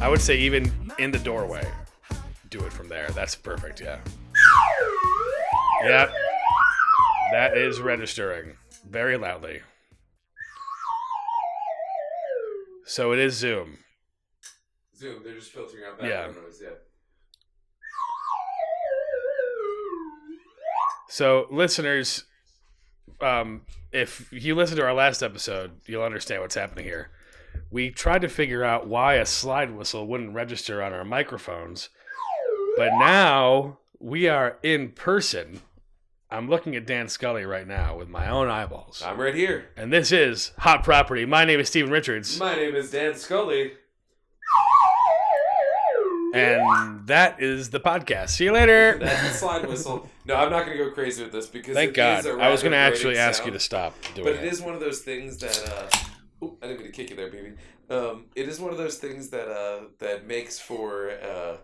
I would say even in the doorway, do it from there. That's perfect. Yeah. Yep. That is registering very loudly. So it is Zoom. Zoom, they're just filtering out Yeah. background noise. Yeah. So, listeners, um, if you listen to our last episode, you'll understand what's happening here. We tried to figure out why a slide whistle wouldn't register on our microphones, but now we are in person. I'm looking at Dan Scully right now with my own eyeballs. I'm right here. And this is Hot Property. My name is Steven Richards, My name is Dan Scully. and that is the podcast. See you later. That's the slide whistle. No, I'm not going to go crazy with this because Thank it is God. a I was going to rather actually grating ask sound. you to stop doing But it is one of those things that uh, oop, I didn't mean to kick you there, baby. Um, it is one of those things that uh, that makes for uh,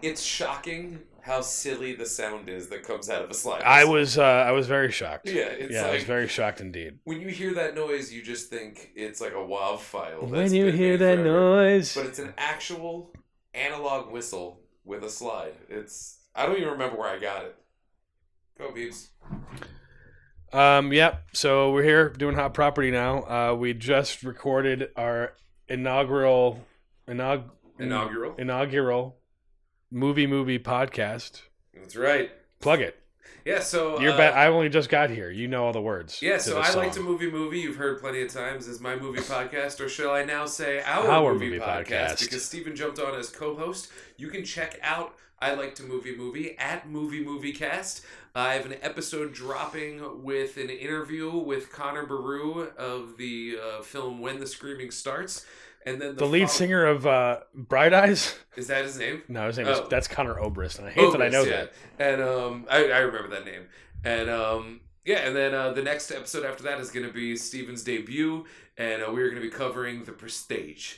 it's shocking how silly the sound is that comes out of a slide. I whistle. was uh, I was very shocked. Yeah, it's yeah, I was like very shocked indeed. when you hear that noise, you just think it's like a WAV file. When Oh, that's you been hear made that forever. noise, but it's an actual analog whistle with a slide. It's I don't even remember where I got it. Go Beebs. um, yep. So we're here doing hot property now. Uh, we just recorded our inaugural inaug- Inaugural. inaugural movie movie podcast. That's right. Plug it. Yeah. So You're uh, bet. I only just got here. You know all the words. Yeah, to so this I like to song. movie movie. You've heard plenty of times is my movie podcast, or shall I now say our, Our movie, movie podcast, podcast. Because Steven jumped on as co-host. You can check out I like to movie movie at movie movie cast. I have an episode dropping with an interview with Connor Baru of the uh, film When the Screaming Starts, and then the, the lead follow- singer of uh, Bright Eyes. is that his name? No, his name is Oh. that's Connor Oberst, and I hate that I know Ogres, that. yeah. And um, I, I remember that name. And um, yeah, and then uh, the next episode after that is going to be Steven's debut, and uh, we're going to be covering the Prestige.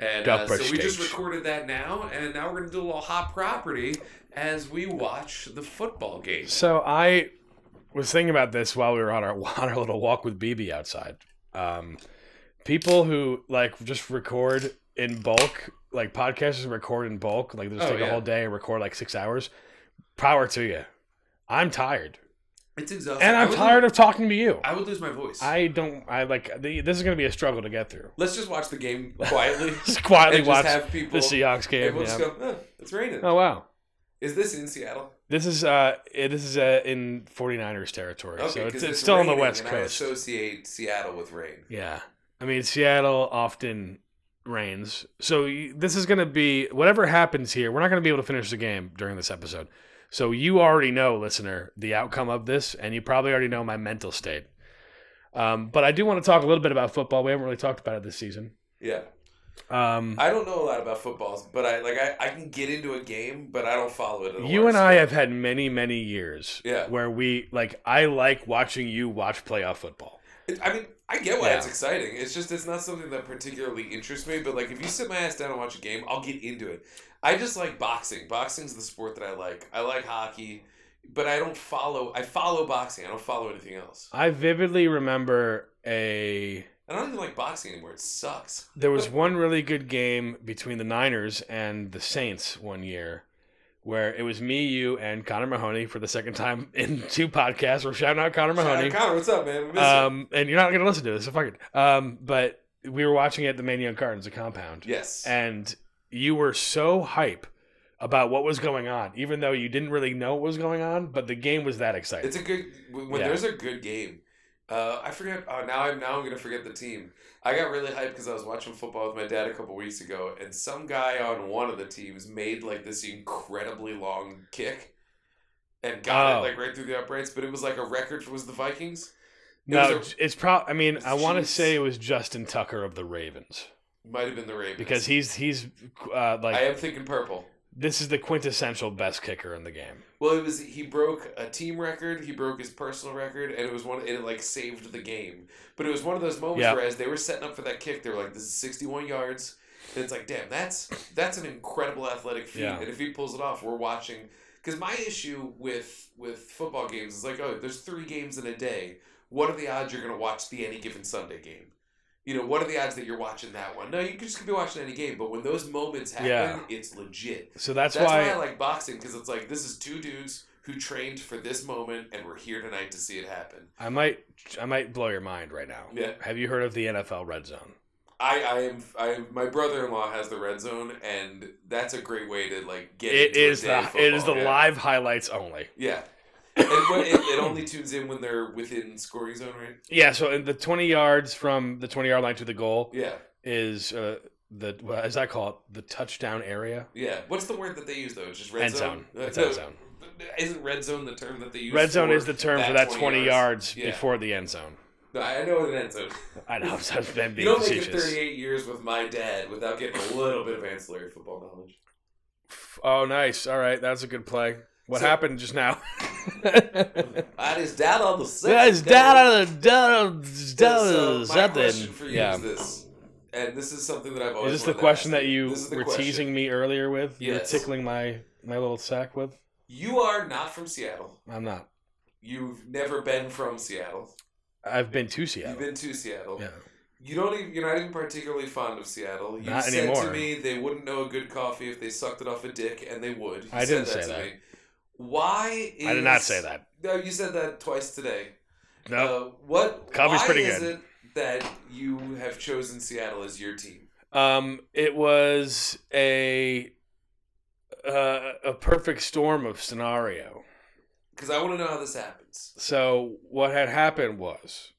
And The uh, so we just Prestige. recorded that now, and now we're going to do a little hot property as we watch the football game. So I was thinking about this while we were on our on our little walk with BB outside. Um, people who like just record in bulk, like podcasters record in bulk, like they just Oh, take yeah. a whole day and record like six hours. Power to you. I'm tired, It's exhausting. and I I'm would tired Lose, of talking to you. I would lose my voice. I don't. I like the, this is going to be a struggle to get through. Let's just watch the game quietly Just quietly and just watch have the people. Seahawks game. and we'll yeah. just go. "Huh, it's raining. Oh wow. Is this in Seattle? This is uh, it- this is uh, in 49ers territory, so it's, 'cause it's, still on the raining, West and I Coast. associate Seattle with rain. Yeah. I mean, Seattle often rains. So you, this is going to be whatever happens here, we're not going to be able to finish the game during this episode. So you already know, listener, the outcome of this, and you probably already know my mental state. Um, but I do want to talk a little bit about football. We haven't really talked about it this season. Yeah. Um, I don't know a lot about footballs, but I like I, I can get into a game, but I don't follow it. At all. you and I have had many, many years Yeah. where we like I like watching you watch playoff football. I mean, I get why Yeah. it's exciting. It's just it's not something that particularly interests me. But like, if you sit my ass down and watch a game, I'll get into it. I just like boxing. Boxing's the sport that I like. I like hockey, but I don't follow. I follow boxing. I don't follow anything else. I vividly remember a I don't even like boxing anymore. It sucks. There was one really good game between the Niners and the Saints one year where it was me, you, and Connor Mahoney for the second time in two podcasts. We're shouting out Connor Mahoney. Connor, what's up, man? We miss you. Um, and you're not going to listen to this, so fuck it. Um, but we were watching it at the Man Young Gardens, a compound. Yes. And you were so hype about what was going on, even though you didn't really know what was going on, but the game was that exciting. It's a good when when Yeah. there's a good game. Uh, I forget. Oh, now I'm now I'm gonna forget the team. I got really hyped because I was watching football with my dad a couple weeks ago, and some guy on one of the teams made like this incredibly long kick, and got Oh. it like right through the uprights. But it was like a record. For, was the Vikings? it no, was it's pro. I mean, was I want to Chiefs. say it was Justin Tucker of the Ravens Might have been the Ravens because he's he's uh, like I am thinking purple. This is the quintessential best kicker in the game. Well, it was he broke a team record, he broke his personal record, and it was one. It like saved the game, but it was one of those moments Yeah. where as they were setting up for that kick, they were like, "This is sixty-one yards," and it's like, "Damn, that's that's an incredible athletic feat." Yeah. And if he pulls it off, we're watching. Because my issue with with football games is like, oh, there's three games in a day. What are the odds you're going to watch the any given Sunday game? you know, what are the odds that you're watching that one? No, you could just could be watching any game, but when those moments happen, Yeah. it's legit. So that's, That's, why, why I like boxing because it's like this is two dudes who trained for this moment, and we're here tonight to see it happen. I might I might blow your mind right now. Yeah. Have you heard of the NFL Red Zone? I, I am, I am. My brother-in-law has the red zone, and that's a great way to like get. It into a is day the of it is the football, yeah. live highlights only. Yeah. And when, it, it only tunes in when they're within scoring zone, right? Yeah, so in the 20 yards from the 20 yard line to the goal Yeah, is uh, the well, as I call it, the touchdown area. yeah. What's the word that they use though? It's just red End zone. zone. It's Uh, end zone. Isn't red zone the term that they use? Red zone for is the term for that 20 yards Yeah. before the end zone. No, I know what an end zone. I know, so I've been You being don't make it facetious. 38 years with my dad without getting a little bit of ancillary football knowledge. Oh, nice. All right, that's a good play. What So- happened just now? I just dad on the set. That's down, down, So, down, so my question something. for you Yeah. is this, and this is something that I've Is always. this the wanted to question ask that you This is the were question. teasing me earlier with? You were Yes. tickling my my little sack with? You are not from Seattle. I'm not. You've never been from Seattle. I've been to You've Seattle. been to Seattle. Yeah. You don't even. You're not even particularly fond of Seattle. You Not said to anymore. me they wouldn't know a good coffee if they sucked it off a dick, and they would. You I said didn't say to that. me. Why? Is, I did not say that. No, you said that twice today. No. Uh, what? Coffee's why pretty is good. it that you have chosen Seattle as your team? Um, it was a uh, a perfect storm of scenario. Because I want to know how this happens. So what had happened was,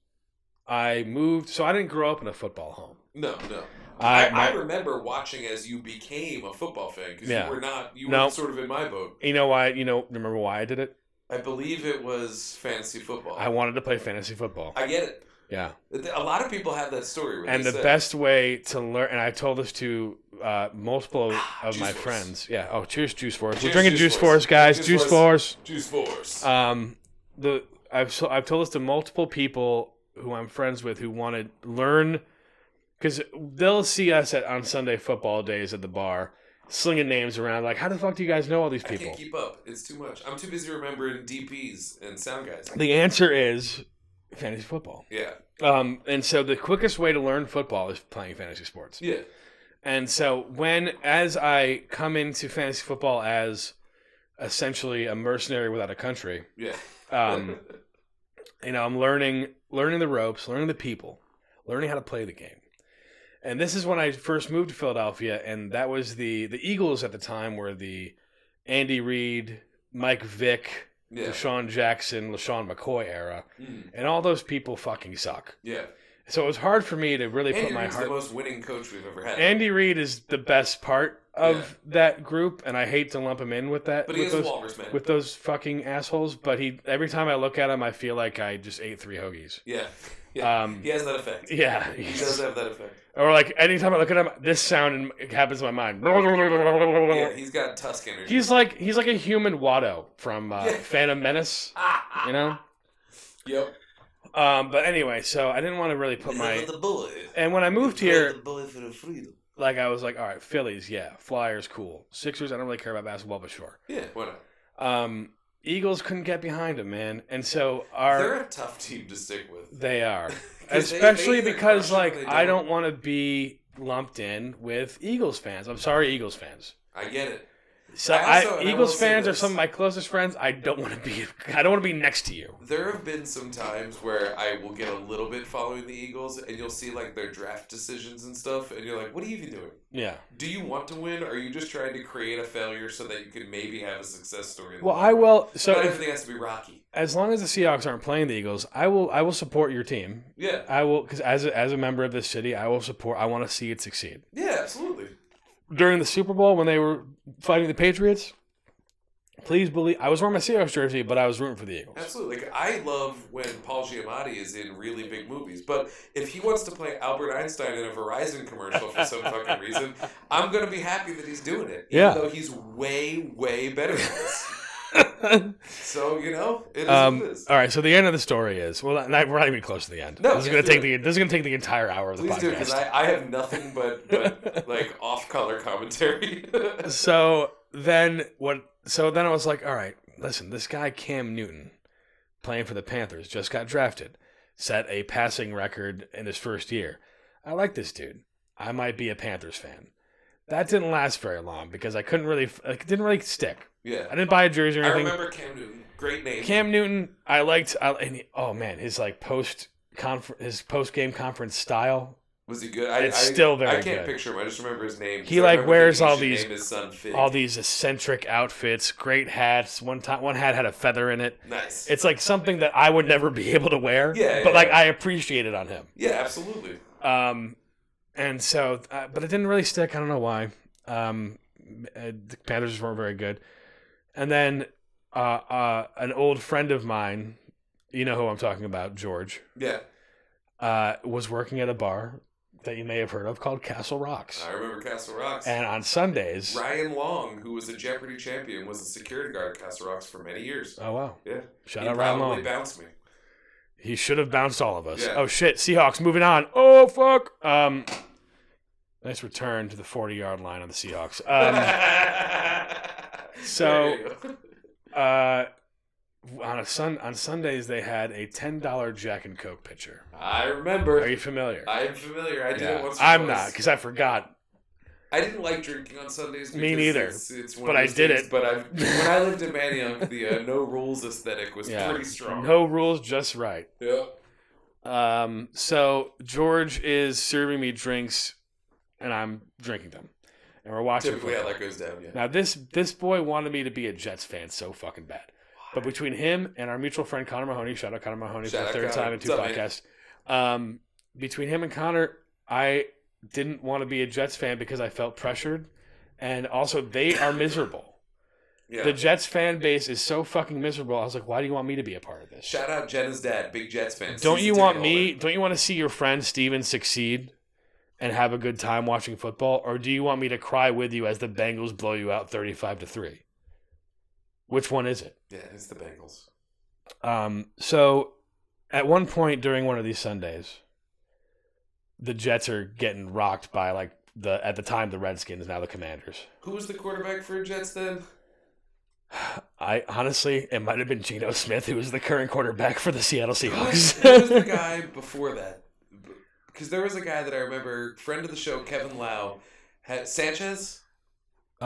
I moved. So I didn't grow up in a football home. No, no. I, I, I, my- remember watching as you became a football fan because Yeah. you were not. You No. were sort of in my boat. you know why? You know, remember why I did it? I believe it was fantasy football. I wanted to play fantasy football. I get it. Yeah, A lot of people have that story. Where and they the say, best way to learn, and I told this to uh, multiple of Ah, Juice my Force. friends. Yeah. Oh, cheers, Juice Force. We're Cheers, drinking Juice Juice Force. Force, guys. Juice Juice, Force. Force. Juice Force. Um, the I've so, I've told this to multiple people who I'm friends with who want to learn because they'll see us at on Sunday football days at the bar slinging names around like how the fuck do you guys know all these I people? can't keep up. It's too much. I'm too busy remembering DPs and sound guys. The answer is fantasy football. Yeah, Um, and so the quickest way to learn football is playing fantasy sports. yeah. And so when as I come into fantasy football as essentially a mercenary without a country, Yeah. um, you know i'm learning learning the ropes learning the people learning how to play the game and this is when i first moved to philadelphia and that was the the eagles at the time were the andy reid mike vick yeah. lashawn jackson lashawn mccoy era Mm, and all those people fucking suck yeah. so it was hard for me to really Andy put my Reid's heart the most winning coach we've ever had. andy reid is the best part of that group and i hate to lump him in with that but he with is a those Walrus man. with those fucking assholes but he every time i look at him i feel like i just ate three hoagies yeah. Yeah. um, He has that effect. Yeah. He does have that effect. Or like anytime I look at him, this sound in- it happens in my mind. Yeah, he's got Tusk energy. He's like he's like a human Watto from uh, Yeah. Phantom Menace, Ah, ah. you know. Yep. Um, but anyway, so I didn't want to really put my. the bullet. And when I moved here, The bullet for the freedom. like I was like, all right, Phillies, yeah, Flyers, cool. Sixers, I don't really care about basketball, but sure. Yeah. Why not? Um, Eagles couldn't get behind him, man, and so They're our a tough team to stick with. they are, 'Cause they- especially they either because crush like it or they I don't want to be lumped in with Eagles fans. I'm sorry, Eagles fans. I get it. So I I also- and I will Eagles say fans are this. some of my closest friends. I don't want to be. I don't want to be next to you. There have been some times where I will get a little bit following the Eagles, and you'll see like their draft decisions and stuff, and you're like, "What are you even doing? Yeah. Do you want to win? Or are you just trying to create a failure so that you can maybe have a success story?" in the Well, long I run? will. So Not if, everything has to be rocky. as long as the Seahawks aren't playing the Eagles, I will. I will support your team. Yeah, I will because as a, as a member of this city, I will support. I want to see it succeed. yeah, absolutely. During the Super Bowl when they were fighting the Patriots, please believe I was wearing my Seahawks jersey, but I was rooting for the Eagles. Absolutely. Like I love when Paul Giamatti is in really big movies, but if he wants to play Albert Einstein in a Verizon commercial for some fucking reason, I'm gonna be happy that he's doing it. Yeah. Even though he's way, way better than us. so you know, it is um, what it is. all right. So the end of the story is well. Not, we're not even close to the end. No, this is going let's do to take the. This is going to take the entire hour of the Please do podcast. because I, I have nothing but, but like off color commentary. so then what so then I was like, all right, listen, this guy Cam Newton playing for the Panthers just got drafted, set a passing record in his first year. I like this dude. I might be a Panthers fan. That didn't last very long because I couldn't really, it didn't really stick. I Yeah. didn't buy a jersey or I anything. remember Cam Newton. Great name. Cam Newton, I liked. I, and he- oh man, his like post conference, his post game conference style. was he good? I, It's I, still very I can't good. picture him. I just remember his name. 'cause He, I like, remember that wears he all should these- name his son Fig. All these eccentric outfits, great hats. One time, one hat had a feather in it. nice. It's like something that I would never be able to wear. Yeah, but yeah, like yeah. I appreciate it on him. yeah, absolutely. Um, and so, uh, but it didn't really stick. I don't know why. Um, uh, the Panthers weren't very good. And then uh, uh, an old friend of mine, you know who I'm talking about, George. Yeah, uh, was working at a bar that you may have heard of called Castle Rocks. I remember Castle Rocks. And on Sundays, Ryan Long, who was a Jeopardy champion, was a security guard at Castle Rocks for many years. oh wow, Yeah. shout he out Ryan probably Long. bounced me. he should have bounced all of us. Yeah. Oh shit, Seahawks moving on. Oh fuck. Um, nice return to the forty-yard line on the Seahawks. Um, so- There you go. uh, on a sun on Sundays they had a ten-dollar Jack and Coke pitcher. I Are remember. you familiar? I'm familiar. I did Yeah. it once. Or I'm twice. not because I forgot. I didn't like drinking on Sundays. Me because neither. It's, it's one But of I those did things, it. But I've, when I lived in Manioc, the uh, no rules aesthetic was Yeah. pretty strong. No rules, just right. Yeah. Um, so George is serving me drinks, and I'm drinking them, and we're watching. Typically, how football. that goes down. Yeah. Now this this boy wanted me to be a Jets fan so fucking bad, but between him and our mutual friend Connor Mahoney, shout out Connor Mahoney Shout for out the third Connor. time in two What's up, man? podcasts. Um, between him and Connor, I didn't want to be a Jets fan because I felt pressured, and also they are miserable. yeah. The Jets fan base is so fucking miserable. I was like, why do you want me to be a part of this? Shout out Jenna's dad, big Jets fan. Don't season you ticket want holder. me? Don't you want to see your friend Steven succeed and have a good time watching football, or do you want me to cry with you as the Bengals blow you out thirty-five to three? Which one is it? Yeah, it's the Bengals. Um, so, at one point during one of these Sundays, the Jets are getting rocked by like the at the time the Redskins, now the Commanders. Who was the quarterback for Jets then? I honestly, it might have been Geno Smith, who is the current quarterback for the Seattle Who was, who was the Seahawks. guy before that? Because there was a guy that I remember, friend of the show, Kevin Lau, had Sanchez. Is it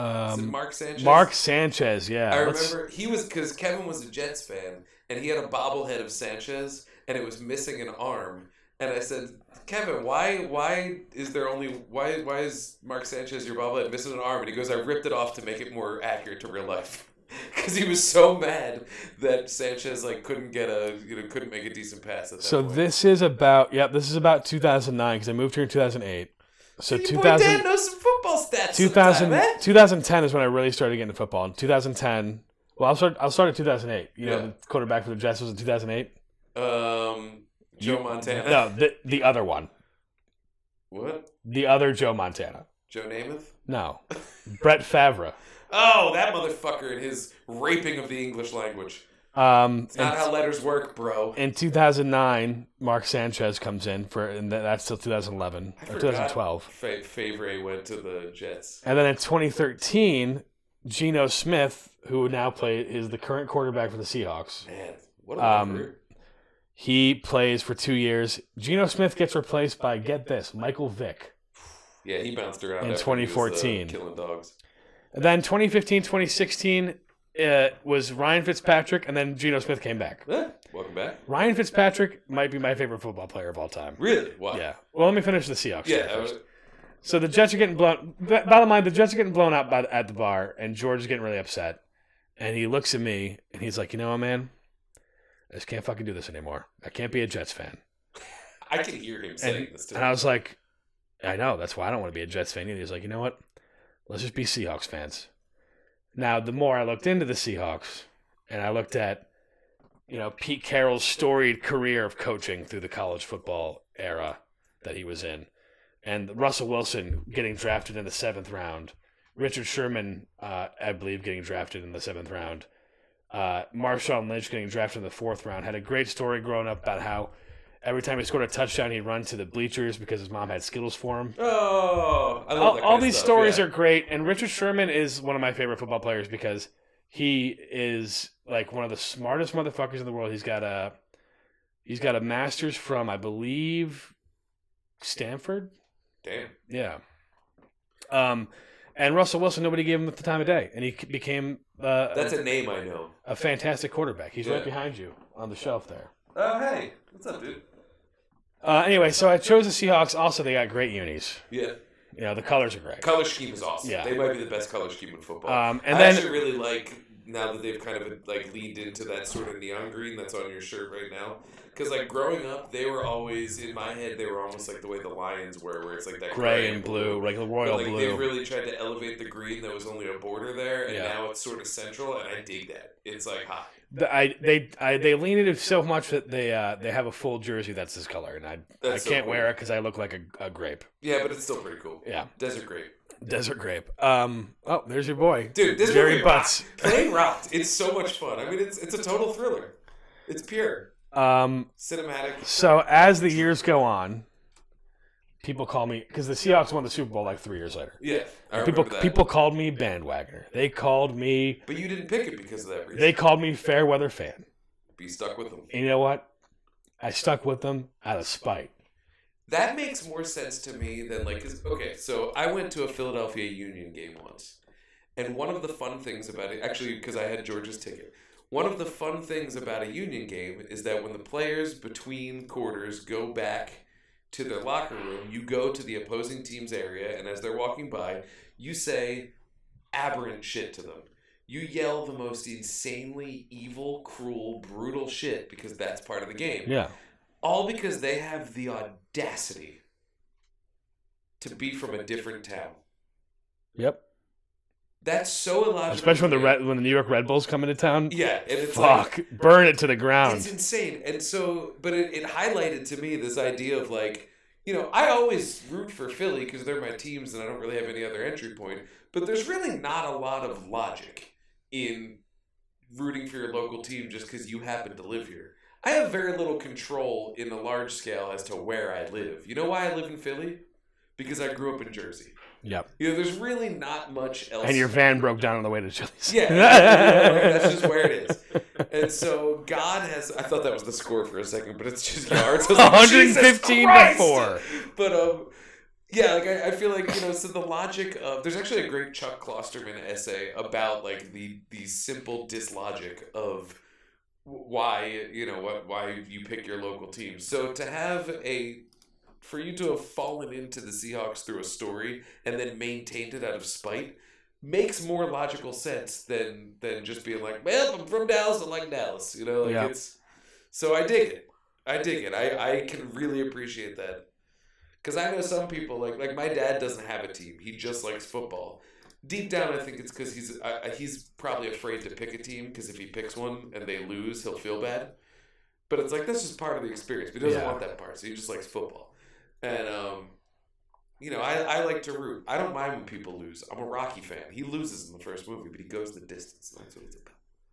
um, Mark Sanchez. Mark Sanchez, yeah. I let's- remember he was because Kevin was a Jets fan and he had a bobblehead of Sanchez and it was missing an arm. And I said, Kevin, why why is there only why why is Mark Sanchez your bobblehead missing an arm? And he goes, I ripped it off to make it more accurate to real life. Because he was so mad that Sanchez like couldn't get a you know couldn't make a decent pass at that So point. this is about yep. This is about 2009 because I moved here in 2008. So Your 2000, boy Dan knows some football stats. 2000 sometime, eh? 2010 is when I really started getting into football. In 2010, well, I'll start. I'll start at 2008. You know, Yeah. the quarterback for the Jets was in 2008. Um, Joe Montana. No, the the other one, What? the other Joe Montana. Joe Namath. No, Brett Favre. Oh, that motherfucker and his raping of the English language. Um, It's not in, how letters work, bro. in 2009, Mark Sanchez comes in for, and tha- that's still 2011 I or forgot 2012. Fa- Favre went to the Jets. And then in 2013, Geno Smith, who now play is the current quarterback for the Seahawks, Man, what a Um, career. he plays for two years. Geno Smith gets replaced by get this Michael Vick. Yeah, he bounced around in after he was, uh, 2014. killing dogs. And then 2015, 2016 uh, was Ryan Fitzpatrick, and then Geno Smith came back. Eh, welcome back. Ryan Fitzpatrick might be my favorite football player of all time. Really? Wow. Yeah. Well, let me finish the Seahawks. Yeah. story I first. was- So the Jets are getting blown. b- Bottom line, the Jets are getting blown out by the, at the bar, and George is getting really upset. And he looks at me, and he's like, "You know what, man? I just can't fucking do this anymore. I can't be a Jets fan." I can hear him saying And, this and I to was like, "I know. That's why I don't want to be a Jets fan either." He's like, "You know what? Let's just be Seahawks fans." Now, the more I looked into the Seahawks, and I looked at, you know, Pete Carroll's storied career of coaching through the college football era that he was in, and Russell Wilson getting drafted in the seventh round, Richard Sherman, uh, I believe, getting drafted in the seventh round, uh, Marshawn Lynch getting drafted in the fourth round, had a great story growing up about how every time he scored a touchdown, he'd run to the bleachers because his mom had Skittles for him. Oh, I love All, that all kind of these stuff, stories yeah. are great, and Richard Sherman is one of my favorite football players because he is like one of the smartest motherfuckers in the world. He's got a he's got a master's from I believe Stanford. Damn. Yeah. Um, and Russell Wilson, nobody gave him the time of day, and he c- became uh, That's a, a name I know. a fantastic quarterback. He's Yeah. right behind you on the shelf there. Oh, hey. What's up, dude? Uh, anyway, so I chose the Seahawks. Also, they got great unis. Yeah. You know, the colors are great. Color scheme is awesome. Yeah. They might be the best color scheme in football. Um, and I then actually really like now that they've kind of like leaned into that sort of neon green that's on your shirt right now. Because like growing up, they were always in my head. They were almost like the way the Lions were, where it's like that gray and blue, like the But, royal like blue. they've really tried to elevate the green that was only a border there, and Yeah. now it's sort of central, and I dig that. It's like hot. The- I they I, they lean into it so much that they uh, they have a full jersey that's this color, and I I That's so can't cool. wear it because I look like a, a grape. Yeah, but it's still pretty cool. Yeah, Desert grape, desert grape. Um. Oh, there's your boy, dude. This Jerry movie Butts. rocked. Plane rocked. It's so much fun. I mean, it's it's a total thriller. It's pure Um. cinematic. So as the years go on, people call me because the Seahawks won the Super Bowl like three years later. Yeah, I remember People that. people called me bandwagoner. They called me. But you didn't pick it because of that reason. They called me fair weather fan. Be stuck with them. And you know what? I stuck with them out of spite. That makes more sense to me than like, 'cause- okay, so I went to a Philadelphia Union game once, and one of the fun things about it, actually, because I had George's ticket, one of the fun things about a Union game is that when the players between quarters go back to their locker room, you go to the opposing team's area, and as they're walking by, you say aberrant shit to them. You yell the most insanely evil, cruel, brutal shit because that's part of the game. Yeah. All because they have the audacity to be from a different town. Yep. That's so illogical. Especially when the to me. red when the New York Red Bulls come into town. Yeah, and it's like Fuck. Burn it to the It's ground. insane. And so, but it, it highlighted to me this idea of like, you know, I always root for Philly because they're my teams and I don't really have any other entry point. But there's really not a lot of logic in rooting for your local team just because you happen to live here. I have very little control in the large scale as to where I live. You know why I live in Philly? Because I grew up in Jersey. Yep. You know, there's really not much else. And your van broke down on the way to Chili's. Yeah, like, that's just where it is. And so God has. I thought that was the score for a second, but it's just yards. I was like, 115 "Jesus to Christ!" four. But um, yeah, like I, I feel like you know. So the logic of there's actually a great Chuck Klosterman essay about like the the simple dislogic of why you know what why you pick your local team. So to have a for you to have fallen into the Seahawks through a story and then maintained it out of spite makes more logical sense than than just being like, well, I'm from Dallas, I like Dallas. You know, like Yeah. it's so I dig it. I dig it. I, I can really appreciate that. Cause I know some people like like my dad doesn't have a team. He just likes football. Deep down, I think it's because he's I I- he's probably afraid to pick a team because if he picks one and they lose, he'll feel bad. But it's like that's just part of the experience. But he doesn't Yeah. want that part, so he just likes football. And um, you know, I, I like to root. I don't mind when people lose. I'm a Rocky fan. He loses in the first movie, but he goes the distance. and That's what it's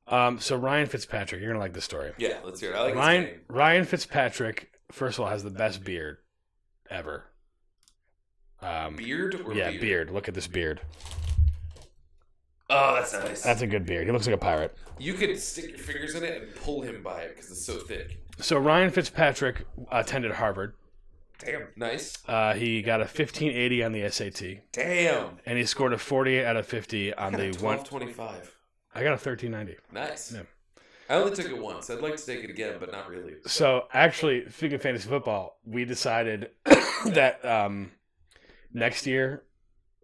about. Um, so Ryan Fitzpatrick, you're gonna like this story. Yeah, let's hear it. I like his Ryan name. Ryan Fitzpatrick, first of all, has the best beard ever. Um, Beard or yeah, beard? beard. Look at this beard. Oh, that's nice. That's a good beard. He looks like a pirate. you could stick your fingers in it and pull him by it because it's so thick. So Ryan Fitzpatrick attended Harvard. Damn. Nice. Uh, he got a 1580 on the SAT, Damn. and he scored a 48 out of 50 on the one. Twelve twenty-five. I got a 1390. Nice. Yeah. I only took it once. I'd like to take it again, but not really. So actually, speaking of fantasy football, we decided that um, next year,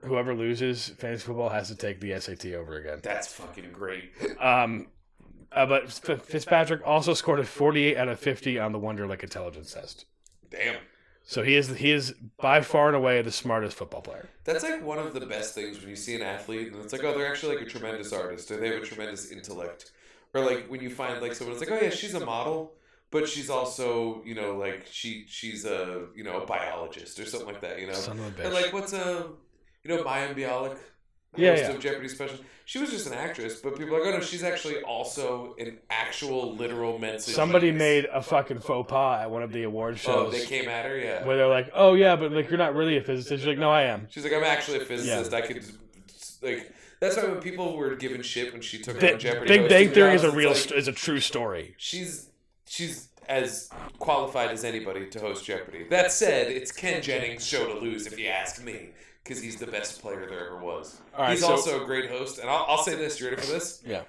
whoever loses fantasy football has to take the SAT over again. That's fucking great. Um, uh, but F- Fitzpatrick also scored a 48 out of 50 on the Wonderlic intelligence test. Damn. So he is he is by far and away the smartest football player. That's like one of the best things when you see an athlete and it's like, oh, they're actually like a tremendous artist or they have a tremendous intellect. Or like when you find like someone, it's like, oh yeah, she's a model, but she's also, you know, like she she's a you know a biologist or something like that, you know. Son of a And bitch. like, what's a, you know, Mayim Bialik? Yeah, host yeah. Of Jeopardy special. She was just an actress, but people are like, oh no, she's actually also an actual literal message. Somebody artist. made a fucking faux pas at one of the award Oh, shows they came at her. Yeah. where they're like, "Oh yeah, but like you're not really a physicist." You're like, "No, I am." She's like, I'm actually a physicist. I could like. That's why when people were given shit when she took Bi- on Jeopardy. Big hosting Bang Theory is jobs, a it's real like, st- is a true story. she's she's as qualified as anybody to host Jeopardy. That said, it's Ken Jennings' show to lose, if you ask me, because he's the best player there ever was. All right, he's so- also a great host, and I'll, I'll say this. You ready for this? Yeah.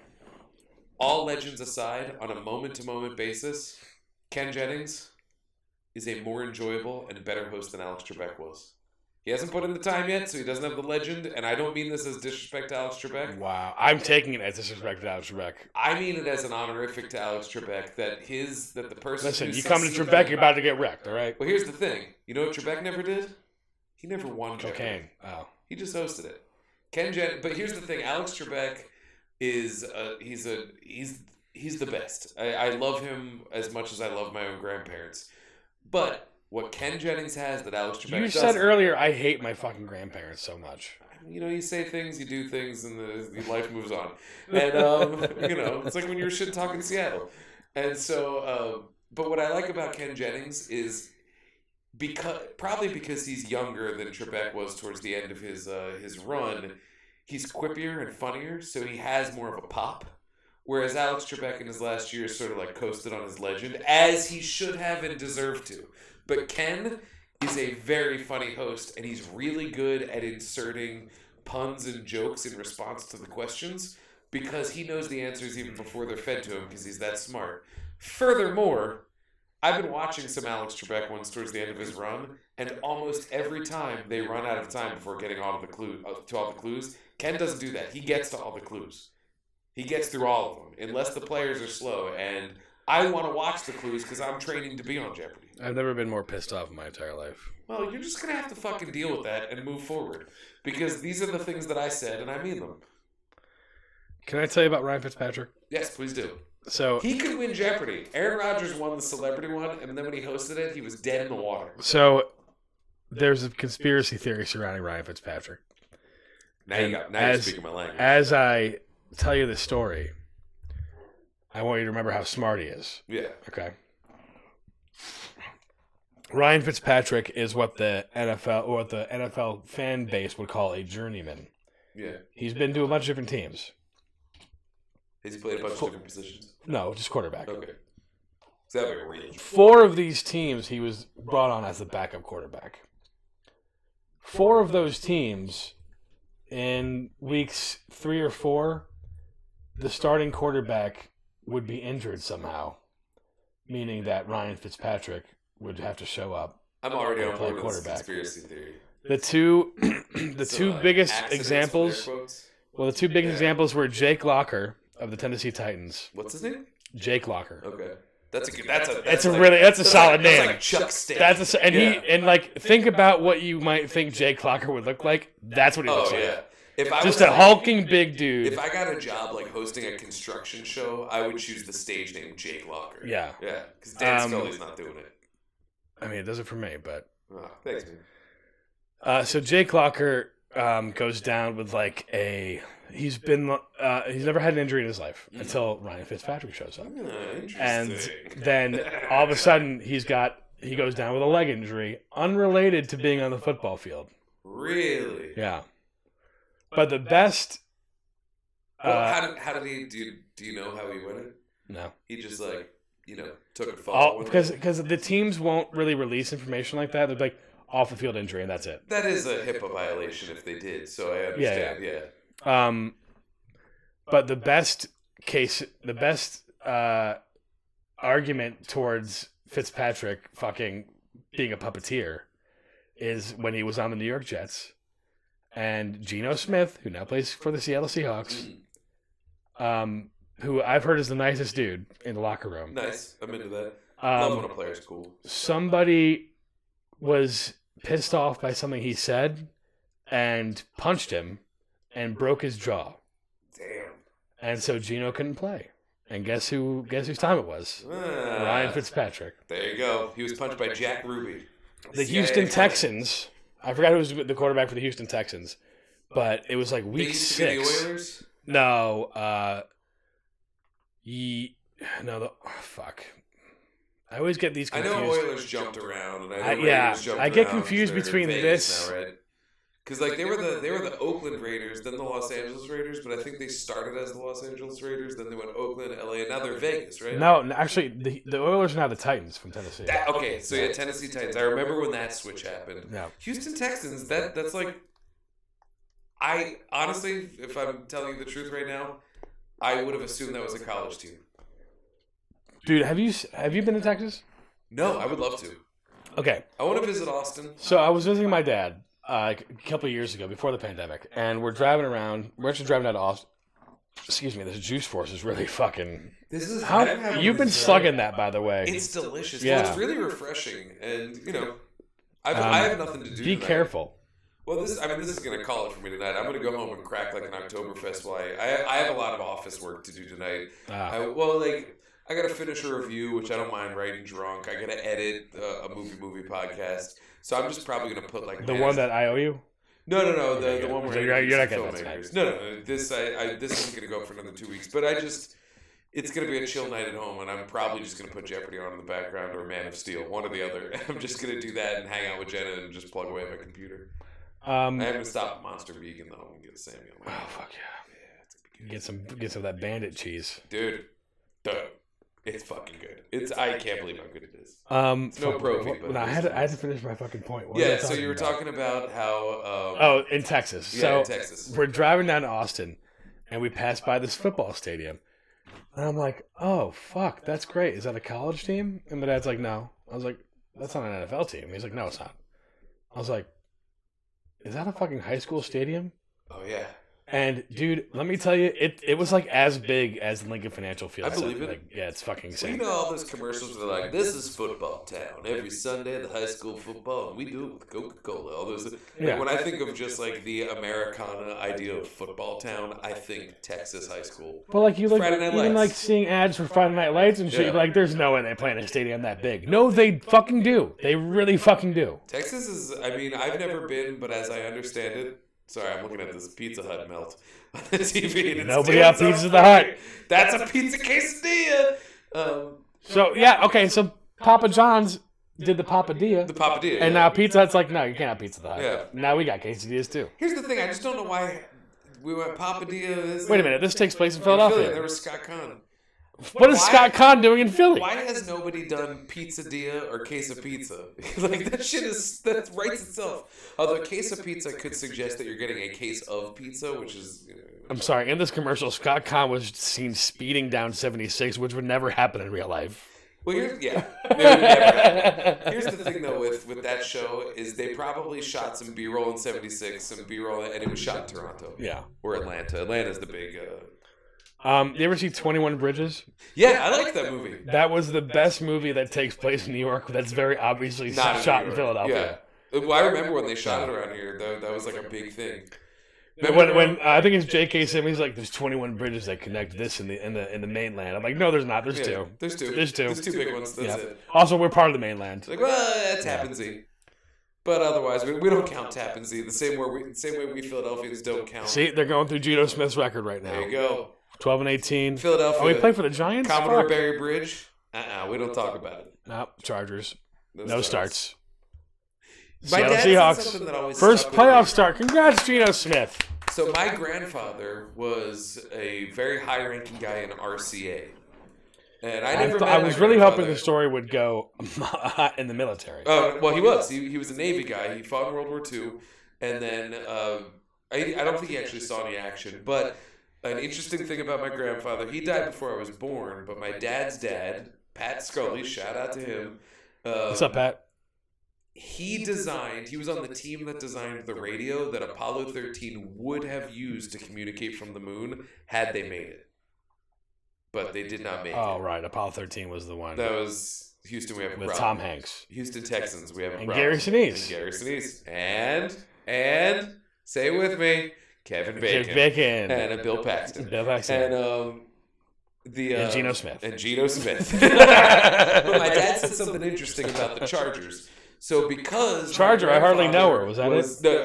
All legends aside, on a moment-to-moment basis, Ken Jennings is a more enjoyable and better host than Alex Trebek was. He hasn't put in the time yet, so he doesn't have the legend. And I don't mean this as disrespect to Alex Trebek. Wow. I'm taking it as disrespect to Alex Trebek. I mean it as an honorific to Alex Trebek that his that the person. Listen, who you come to sits in Trebek, the- you're about to get wrecked, all right? Well, here's the thing. You know what Trebek never did? He never won Jeopardy. Cocaine. Oh. He just hosted it. Ken Jen, but here's the thing. Alex Trebek is uh, he's a he's he's the best. I, I love him as much as I love my own grandparents. But what Ken Jennings has that Alex Trebek You doesn't- said earlier, I hate my fucking grandparents so much. you know, you say things, you do things, and the, the life moves on. And um, you know, it's like when you're shit talking Seattle. And so, um, but what I like about Ken Jennings is because probably because he's younger than Trebek was towards the end of his uh, his run, he's quippier and funnier, so he has more of a pop. Whereas Alex Trebek in his last year sort of like coasted on his legend, as he should have and deserved to. But Ken is a very funny host, and he's really good at inserting puns and jokes in response to the questions because he knows the answers even before they're fed to him because he's that smart. Furthermore, I've been watching some Alex Trebek ones towards the end of his run, and almost every time they run out of time before getting all of the clue uh, to all the clues. Ken doesn't do that. He gets to all the clues. He gets through all of them, unless the players are slow. And I want to watch the clues because I'm training to be on Jeopardy. I've never been more pissed off in my entire life. Well, you're just gonna have to fucking deal with that and move forward because these are the things that I said, and I mean them. Can I tell you about Ryan Fitzpatrick? Yes, please do. So, He could win Jeopardy. Aaron Rodgers won the celebrity one, and then when he hosted it, he was dead in the water. so there's a conspiracy theory surrounding Ryan Fitzpatrick. Now you got. Now you're As- speaking my language. As I tell you this story, I want you to remember how smart he is. yeah. Okay. Ryan Fitzpatrick is what the NFL or what the NFL fan base would call a journeyman. Yeah. He's been to a bunch of different teams. He's played a bunch of different positions. No, just quarterback. Okay. Is that very real? Four of these teams he was brought on as the backup quarterback. Four of those teams in weeks 3 or 4 the starting quarterback would be injured somehow, meaning that Ryan Fitzpatrick would have to show up I'm already on Play board with this quarterback. conspiracy theory. the two the So, two like, biggest uh, accidents, examples air quotes. well the two biggest Yeah. examples were Jake Locker of the Tennessee Titans. What's his name? Jake Locker. Okay. That's a good. That's a. That's, That's a like- really that's a solid like- that's name. like Chuck Steak. That's a s and Yeah. he and like think about what you might think Jake Locker would look like. That's what he Oh looks like. yeah. If I Just was a hulking big dude. If I got a job like hosting a construction show, I would choose the stage name Jake Locker. Yeah. Yeah. Because Dan Um, Scully's not doing it. I mean, it does it for me, but Oh, thanks, man. Uh, so Jake Locker um, goes down with like a he's been uh, he's never had an injury in his life Mm-hmm. until Ryan Fitzpatrick shows up. Oh, interesting. and then all of a sudden he's got he goes down with a leg injury unrelated to being on the football field really. yeah but the best well, uh, how did how did he do? you- Do you know how he won it? no He just like you know took a fall. all because because the teams won't really release information like that they're like off the field injury and that's it that is a HIPAA violation if they did. So I understand. Yeah. um but the best case the best uh argument towards Fitzpatrick fucking being a puppeteer is when he was on the New York Jets and Geno Smith, who now plays for the Seattle Seahawks, Mm, um, who I've heard is the nicest dude in the locker room. nice. I'm into that. Love when Um, a player's cool. somebody was pissed off by something he said and punched him and broke his jaw. Damn. And so Gino couldn't play. And guess who guess whose time it was? Ryan Ah, Fitzpatrick. there you go. He was punched by Jack Ruby. The CIA Houston player. Texans. I forgot who was the quarterback for the Houston Texans, but it was like They week used to be The six. Oilers. No, uh, ye, no, the, oh, fuck. I always get these I confused. know Oilers jumped around, and I know I- yeah, Raiders jumped I get around, confused they're in between Vegas this- now, right? Because like they were the they were the Oakland Raiders, then the Los Angeles Raiders, but I think they started as the Los Angeles Raiders, then they went Oakland, LA, and now they're Vegas, right? No, n- actually, the, the Oilers are now the Titans from Tennessee. That- okay, so yeah, Tennessee Titans. I remember when that switch happened. Yeah. Houston Texans. That that's like. I honestly, if I'm telling you the truth right now, I would have assumed that was a college team. Dude, have you s- have you been to Texas? No, I would love to. Okay, I want to visit Austin. so I was visiting my dad uh, a couple of years ago before the pandemic, and we're driving around. We're actually driving out of Austin. Excuse me, this juice force is really fucking. This is How I've had you've been this, uh, slugging that, by the way. It's delicious. Yeah. Yeah, it's really refreshing, and you know, I've, Um, I have nothing to do. Be tonight. careful. Well, this I mean, this is gonna call it for me tonight. I'm gonna go home and crack like an Oktoberfest. Why? I I have a lot of office work to do tonight. Uh, I, well, like I gotta finish a review, which I don't mind writing drunk. I gotta edit uh, a movie movie podcast, so I'm just probably gonna put like the man- one that I owe you. no no no the, Okay, the one where so you're- you're not interviews getting that filmmakers. No, no no this I, I this is gonna go up for another two weeks, but I just. It's gonna be a chill night at home, and I'm probably just gonna put Jeopardy on in the background or Man of Steel, one or the other. I'm just gonna do that and hang out with Jenna and just plug away at my computer. Um, I haven't stopped Monster Vegan though. I'm gonna get Sammy on my. oh fuck yeah, yeah! it's gonna be good. Get some get some of that bandit cheese. dude. Dope. It's fucking good. It's I can't believe how good it is. Um, no fuck, pro what- feed, but no, I it's had to, I had nice. to finish my fucking point. What was I yeah, so you were about? talking about how. Um, Oh, in Texas. yeah, so in Texas. we're driving down to Austin, and we pass by this football stadium, and I'm like, "Oh fuck, that's great. Is that a college team?" And my dad's like, "No." I was like, "That's not an NFL team." He's like, "No, it's not." I was like, "Is that a fucking high school stadium?" Oh yeah, And dude, let me tell you, it it was like as big as Lincoln Financial Field. I believe it. Like, yeah, it's fucking we insane. know all those commercials that are like, "This is football town." Every Sunday, the high school football, and we do it with Coca Cola. All those. like, Yeah. when I think of just like the Americana idea of football town, I think Texas high school. But like you look, Friday Night even Lights. like seeing ads for Friday Night Lights and shit, Yeah. you're like there's no way they play in a stadium that big. No, they fucking do. They really fucking do. Texas is, I mean, I've never been, but as I understand it, sorry, I'm looking at this Pizza Hut melt on the TV. And it's Nobody doing had something Pizza the Hut. great. That's a pizza quesadilla. Um, So yeah, okay. So Papa John's did the papadilla, the papadilla. and yeah. now Pizza Hut's like, no, you can't have Pizza Hut. Yeah. Now we got quesadillas too. here's the thing: I just don't know why we went papadilla. This Wait a minute, this takes place in In Philly, there Philadelphia. was Scott Kahn. What is why- Scott Kahn doing in Philly? Why has nobody done quesadilla or queso pizza? like that shit is that writes itself. Although queso pizza could suggest that you're getting a case of pizza, which is. You know, I'm sorry. In this commercial, Scott Kahn was seen speeding down 76, which would never happen in real life. Well, here's, yeah. It would never happen. here's the thing, though, with, with that show is they probably shot some B-roll in '76, some B-roll, and it was shot in Toronto Yeah. or Atlanta. Atlanta's the big. Uh... Um, you ever see 21 Bridges? Yeah, I like that movie. That was the best movie that takes place in New York. That's very obviously Not shot in New York. Philadelphia. Yeah. Well, I remember when they shot it around here. That, that was like a big thing. When, when uh, I think it's J.K. Simmons, like, there's 21 bridges that connect this and the and the and the mainland. I'm like, no, there's not. There's Yeah, two. There's two. There's two. There's two big ones. That's Yeah. it. Also, we're part of the mainland. It's like, well, that's Tappan-Zee. But otherwise, we, we don't count Tappan-Zee the same way we same way we Philadelphians don't count. See, they're going through Geno Smith's record right now. There you go. 12 and 18. Philadelphia. Oh, we play for the Giants. Commodore Fuck. Barry Bridge. Uh uh we don't talk about it. No, Chargers. No starts. My Seattle dad said Seahawks. something that always First stuck with me. playoff start. Congrats, Geno Smith. So my grandfather was a very high-ranking guy in RCA, and I I, never. thought- met I my was really hoping grandfather. the story would go in the military. Oh well, he was. He, he was a Navy guy. He fought in World War II, and then um, I, I don't think he actually saw any action. But an interesting thing about my grandfather, he died before I was born. But my dad's dad, Pat Scully, shout out to him. Um, What's up, Pat? he designed he was on the team that designed the radio that apollo 13 would have used to communicate from the moon had they made it but they did not make Oh, it right. Apollo 13 was the one that was houston we have a with problem Tom Hanks. houston texans we have a And problem Gary Sinise. and gary sinise and and say it with me kevin Bacon. bacon, Bacon. and a bill paxton Bill Paxton. and um the uh, And Geno Smith. and Geno Smith. but my dad said something interesting about the Chargers. So because my Charger, I hardly know her. grandfather Was that no,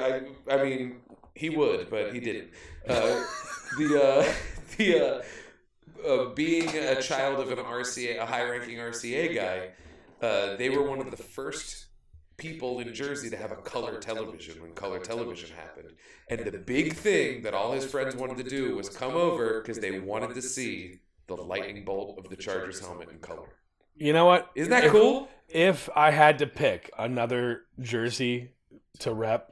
I, I mean, he would, but he didn't. Uh, the uh, the uh, uh, being a child of an RCA, a high-ranking RCA guy, uh, they were one of the first people in Jersey to have a color television when color television happened. And the big thing that all his friends wanted to do was come over because they wanted to see the lightning bolt of the Chargers helmet in color. You know what? Isn't that If- cool? If I had to pick another jersey to rep,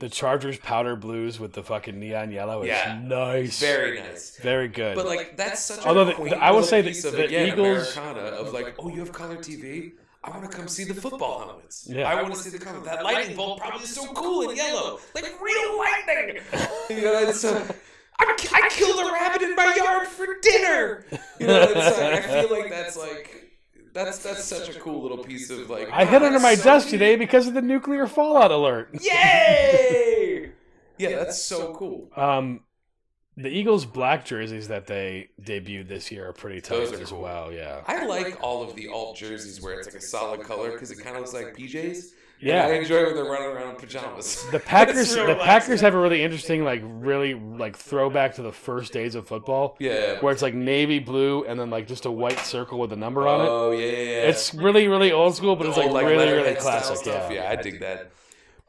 the Chargers powder blues with the fucking neon yellow is Yeah. nice. Very nice. Very good. But like that's such. Although a the- quaint the- I will little say that piece of, the again, Eagles- Americana of like, oh, you have color TV. I want to come see the football helmets. Yeah. I want to see the color. That lightning bolt probably is so cool in yellow, like real lightning. you know, it's uh, I, I killed a rabbit in my yard for dinner. You know, it's, uh, I feel like that's like that's that's such a cool little piece of like. I hid under my so desk neat. today because of the nuclear fallout alert. Yay! Yeah, that's so cool. Um, the Eagles black jerseys that they debuted this year are pretty Those tough are as cool. well. Yeah, I like all of the alt jerseys where it's like a solid color because it kind of looks like PJs. And I yeah. enjoy when they're running around in pajamas. The Packers, the so relaxing. Packers have a really interesting, like, really like throwback to the first days of football, yeah. where it's like navy blue and then like just a white circle with a number on it. Oh yeah, yeah, yeah. It's really, really old school, but The it's like, old, really, really letterhead style classic. Yeah. stuff. I dig that.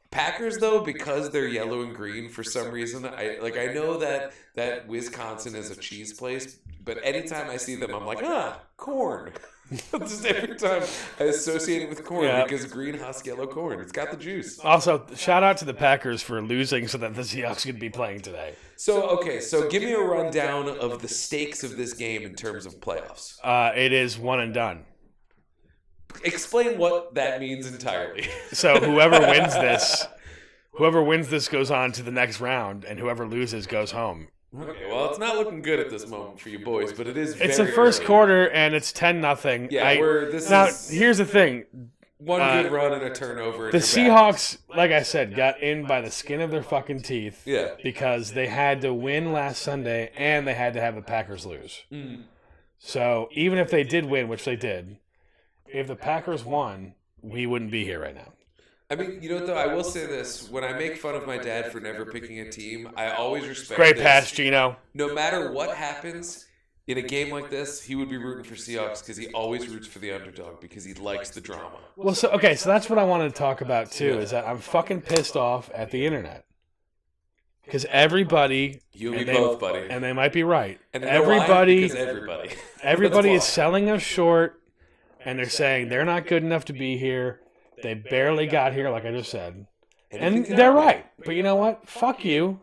Packers though, because they're yellow and green for some reason, I like. I know that that Wisconsin is a cheese place, but anytime I see them, I'm like, ah, corn. Just every time I associate it with corn Yeah. because green husk, yellow corn. It's got the juice. Also, shout out to the Packers for losing so that the Seahawks could be playing today. So okay, so give me a rundown of the stakes of this game in terms of playoffs. Uh, it is one and done. Explain what that means entirely. So whoever wins this, whoever wins this goes on to the next round, and whoever loses goes home. Okay, well, it's not looking good at this moment for you boys, but it is. It's the very first early. quarter, and it's ten nothing. Yeah, we're this now is here's the thing: one uh, good run and a turnover. the and you're back. Seahawks, like I said, got in by the skin of their fucking teeth. Yeah. because they had to win last Sunday and they had to have the Packers lose. Mm. So even if they did win, which they did, if the Packers won, we wouldn't be here right now. I mean, you know what though? I will say this: when I make fun of my dad for never picking a team, I always respect. Great this. pass, Gino. No matter what happens. In a game like this, he would be rooting for Seahawks because he always roots for the underdog because he likes the drama. Well, so okay, so that's what I wanted to talk about too. Is that I'm fucking pissed off at the internet because everybody You and and me they- both, buddy. and they might be right. And you know why? everybody, Because everybody. everybody is That's why. selling us short, and they're saying they're not good enough to be here. They barely got here, like I just said. And Anything can they're happen. right. But you know what? Fuck you.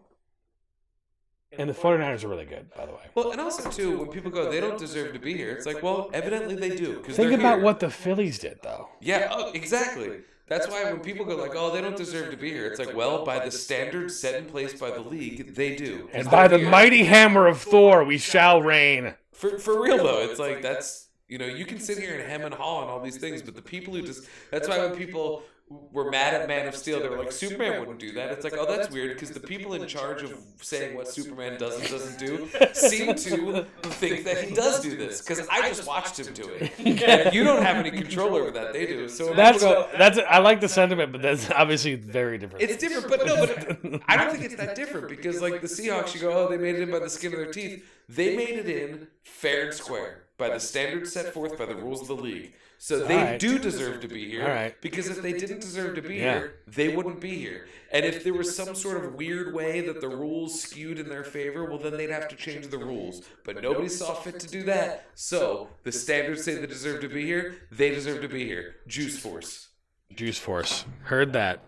And the 49ers are really good, by the way. Well, and also too, when people go, they don't deserve to be here. It's like, well, evidently they do. 'cause Think they're about here. what the Phillies did, though. Yeah, oh, exactly. That's why when people go like, oh, they don't deserve to be here. It's like, well, by the standards set in place by the league, they do. And by the They're here. mighty hammer of Thor, we shall reign. for for real though, it's like that's you know you can sit here and hem and haw and all these things, but the people who just that's why when people were mad at Man of Steel, they were like Superman wouldn't do that. It's like oh that's weird because the people in charge of saying what Superman does and doesn't do seem to think that he does do this because I just watched him do it. And you don't have any control over that. They do. So when That's people go, that's. I like the sentiment, but that's obviously very different. It's different, but no, but I don't think it's that different because like the Seahawks, you go, oh, they made it in by the skin of their teeth. They made it in fair and square by the standards set forth by the rules of the league. So they Alright. do deserve to be here. All right. Because if they didn't deserve to be Yeah. here, they wouldn't be here. And if there was some sort of weird way that the rules skewed in their favor, well, then they'd have to change the rules. But nobody saw fit to do that. So the standards say they deserve to be here. They deserve to be here. Juice Force. Juice Force. Heard that.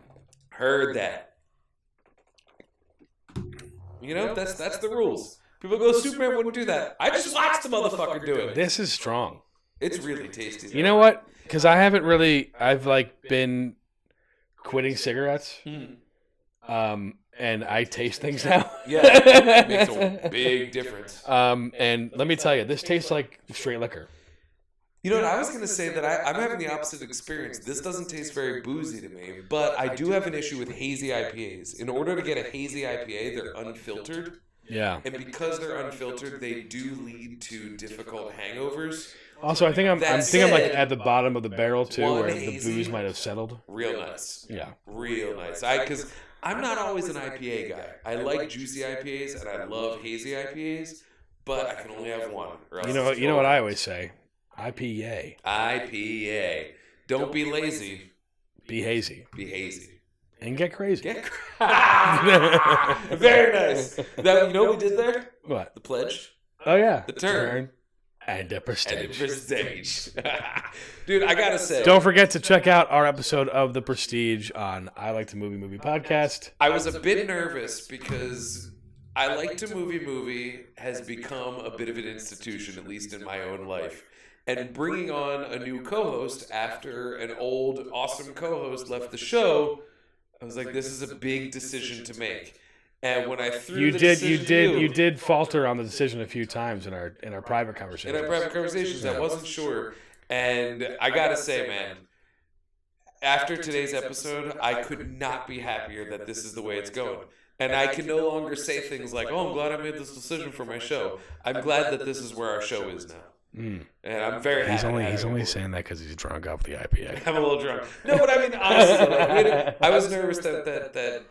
Heard that. You know, that's that's the rules. People go, Superman wouldn't do that. I just watched the motherfucker do it. This is strong. It's really tasty. You know what? Because I haven't really. I've like been quitting cigarettes. Mm. Um, and I taste things now. Yeah, makes a big difference. Um, and let me tell you, this tastes like straight liquor. You know what? I was gonna say that I, I'm having the opposite experience. This doesn't taste very boozy to me, but I do have an issue with hazy IPAs. In order to get a hazy IPA, they're unfiltered, Yeah. and because they're unfiltered, they do lead to difficult hangovers. Also, I think I'm. I'm That think I'm like said, at the bottom of the barrel too, one where the hazy- booze might have settled. Real nice. Yeah. real nice. I because I'm not always an IPA guy. I like juicy IPAs and I love hazy IPAs, but I can only have one. or else You know. it's You know what I always say. IPA. over. IPA. Don't be lazy. Be hazy Be hazy. and get crazy. Get cra- Very nice. That you know what we did there? what? The pledge. Oh yeah. The turn. and a And prestige. the prestige. Dude, I gotta say. Don't forget to check out our episode of the Prestige on I Like to Movie Movie Podcast. I was a bit nervous because I like to movie movie has become a bit of an institution, at least in my own life. And bringing on a new co-host after an old awesome co-host left the show, I was like, this is a big decision to make. And when I threw You the did, you decision to did, you did falter on the decision a few times in our in our private in our conversation. private conversations, I wasn't sure. And I gotta say, man, after today's episode, I could not be happier that this is the way it's going. And I can no longer say things like, oh, I'm glad I made this decision for my show. I'm glad that this is where our show is now. Mm. And I'm very happy. He's to only have he's it. only saying that because he's drunk off the IPA. I'm a little drunk. No, but I mean, honestly, like, we didn't- I was nervous that, that, that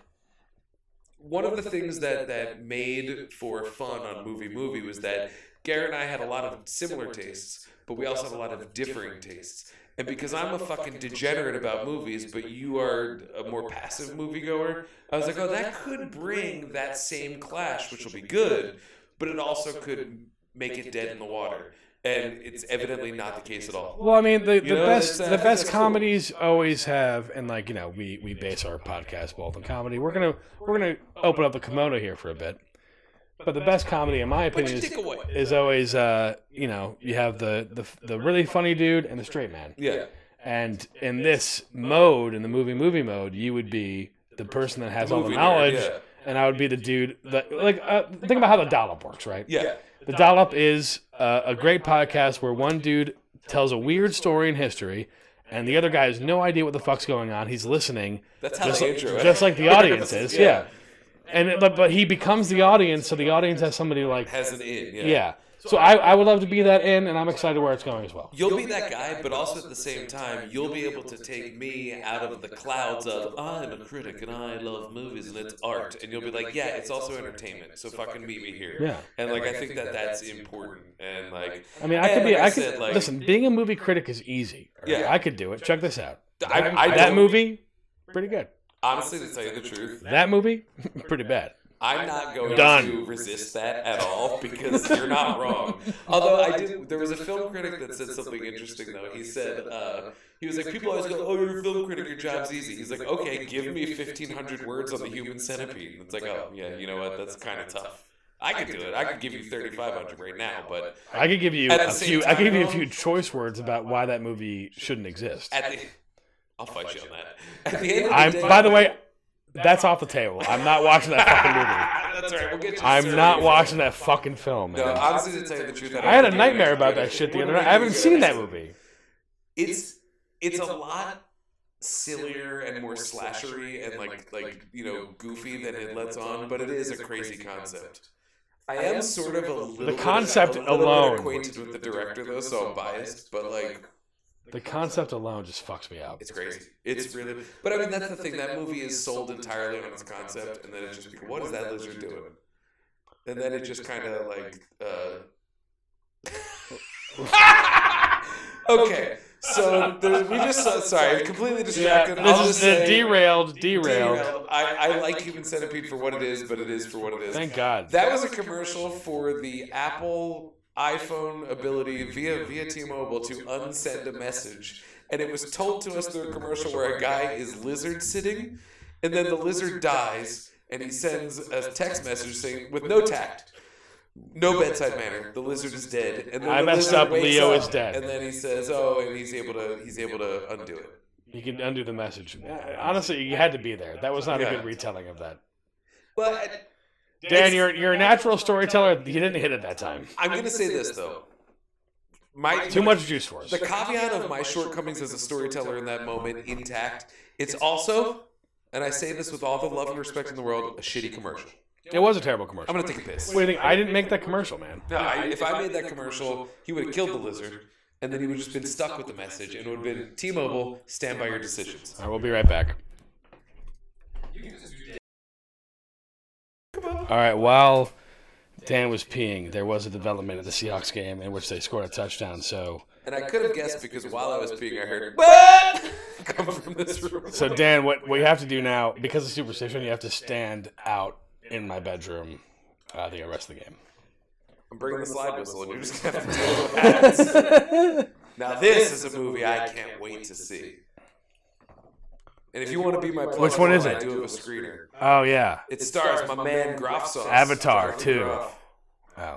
one of the things that, that made for fun on Movie Movie was that Garrett and I had a lot of similar tastes, but we also had a lot of differing tastes. And because I'm a fucking degenerate about movies, but you are a more passive moviegoer, I was like, oh, that could bring that same clash, which will be good, but it also could make it dead in the water. And it's evidently not the case at all. Well, I mean, the, the know, best that's- the that's best cool. comedies always have, and like you know, we we base our podcast both on comedy. We're gonna we're gonna open up the kimono here for a bit, but the best comedy, in my What'd opinion, you is take away? is always uh you know you have the the the really funny dude and the straight man. Yeah. And in this mode, in the movie movie mode, you would be the person that has all the movie nerd, knowledge, yeah. and I would be the dude that like uh, think about how the dollop works, right? Yeah. The Dollop is uh, a great podcast where one dude tells a weird story in history, and the other guy has no idea what the fuck's going on. He's listening, That's how just, they intro like, it. just like the audience is, yeah. Yeah. And it, but, but he becomes the audience, so the audience has somebody like, Has an in. Yeah. yeah. So I, I would love to be that in, and I'm excited where it's going as well. You'll, be, that guy, but also at the same time, you'll be able to take me out of the clouds of I'm a critic and I love movies and it's art, and you'll be like, yeah, it's also entertainment. So fucking meet me here. Yeah. And like I think that that's important. And like I mean, I could and be, like I could said, like, listen. Being a movie critic is easy. Yeah. I could do it. Check this out. I, I that don't- movie, pretty good. Honestly, to tell you the truth, That movie, pretty bad. I'm not going Done. to resist that at all because you're not wrong. Although I did, there was a film critic that said something interesting though. He said uh, he was like, people always go, "Oh, you're a film critic, your job's easy." He's like, "Okay, give me 1,500 words on the human centipede." And it's like, "Oh, yeah, you know what? That's kind of tough. I could do it. I could give you 3,500 right now, but I could give you At the a same few. I could give you a time, few choice words about why that movie shouldn't exist. at the, I'll fight you on that. At the end of the I'm. day, By the way, that's off the table. I'm not watching that fucking movie. that's all right. We'll get you. I'm served. not watching that fucking film. No, Man. honestly, to tell you the truth, I had a don't nightmare think about it's that shit the good. other What night. do I we haven't do seen that next? movie. it's it's a lot sillier and more slashery and like like you know goofy than it lets on, but it is a crazy concept. I am sort of a little bit- concept a little bit alone. acquainted with the director though, so I'm biased, but like The concept alone just fucks me up. it's crazy. It's really, but I mean that's the thing. That movie is sold entirely on its concept, and then it's just like, what is that lizard doing? And then it just kind of like. uh Okay, so there's, we just saw, sorry, completely distracted. I'll this just is say- the derailed, derailed. Derailed. I, I like Human Centipede for what it is, but it is for what it is. Thank God. That was a commercial for the Apple iPhone ability via via T-Mobile to unsend a message, and it was told to us through a commercial where a guy is lizard sitting, and then the lizard dies, and he sends a text message saying with no tact. No bedside manner. The lizard is dead. And then I the messed lizard up, wakes Leo up, is dead. And then he says, "Oh," and he's able to he's able to undo it. you can undo the message. Honestly, you had to be there. That was not Yeah. a good retelling of that. Well, I- Dan, you're you're a natural storyteller. You didn't hit it that time. I'm gonna say this though. My Too much juice for us. The caveat of my shortcomings as a storyteller in that moment intact. It's also, and I say this with all the love and respect in the world, a shitty commercial. It was a terrible commercial. I'm gonna take a piss. What do you think? I didn't make that commercial, man. No, I, if I made that commercial, he would have killed the lizard, and then he would have just been stuck with the message, and it would have been T-Mobile, stand by your decisions. All right, we'll be right back. All right, while Dan was peeing, there was a development at the Seahawks game in which they scored a touchdown. So and I could have guessed because while I was peeing, I heard what come from this room. So Dan, what we have to do now because of superstition, you have to stand out in my bedroom uh, the rest of the game. I'm bringing the slide whistle, and you're just gonna have to deal with that. Now this is a movie I can't wait to see. And if you want to be my plug, Which one is I it? do have a screener. Oh yeah, It stars my man Groff Sauce. Avatar, Jonathan too. Groff. oh.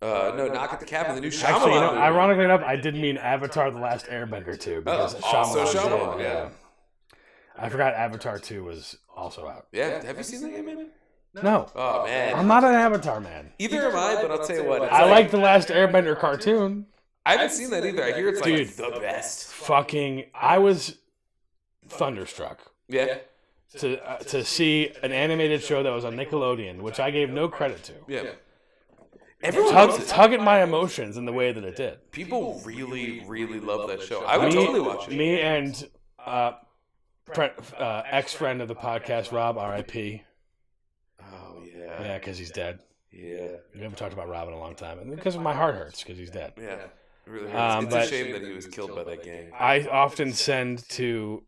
Uh, no, Knock at the Cabin, the new Shyamalan Actually, you know, movie. ironically enough, I did mean Avatar: The Last Airbender too, because Oh, Shyamalan. also Shyamalan, yeah. I forgot Avatar two was also out. Yeah, have you seen that yet, man? No, Oh man, I'm not an Avatar man. Either am I, but I'll tell you what. it's I like the Last Airbender cartoon. I haven't seen that either. I hear it's Dude. like the best. Fucking, I was thunderstruck Yeah, to uh, to see an animated show that was on Nickelodeon, which I gave no credit to. yeah. Everyone loves Tug, it. tug at my emotions in the way that it did. People really, really love that show. I would totally watch it. Me and uh, pre- uh, ex friend of the podcast, Rob, R.I.P. Oh Yeah, yeah, because he's dead. yeah, We haven't talked about Rob in a long time, and because my heart hurts because he's dead. yeah. It Really Um, hurts. It's a but- shame that he was killed by that gang. I often send to.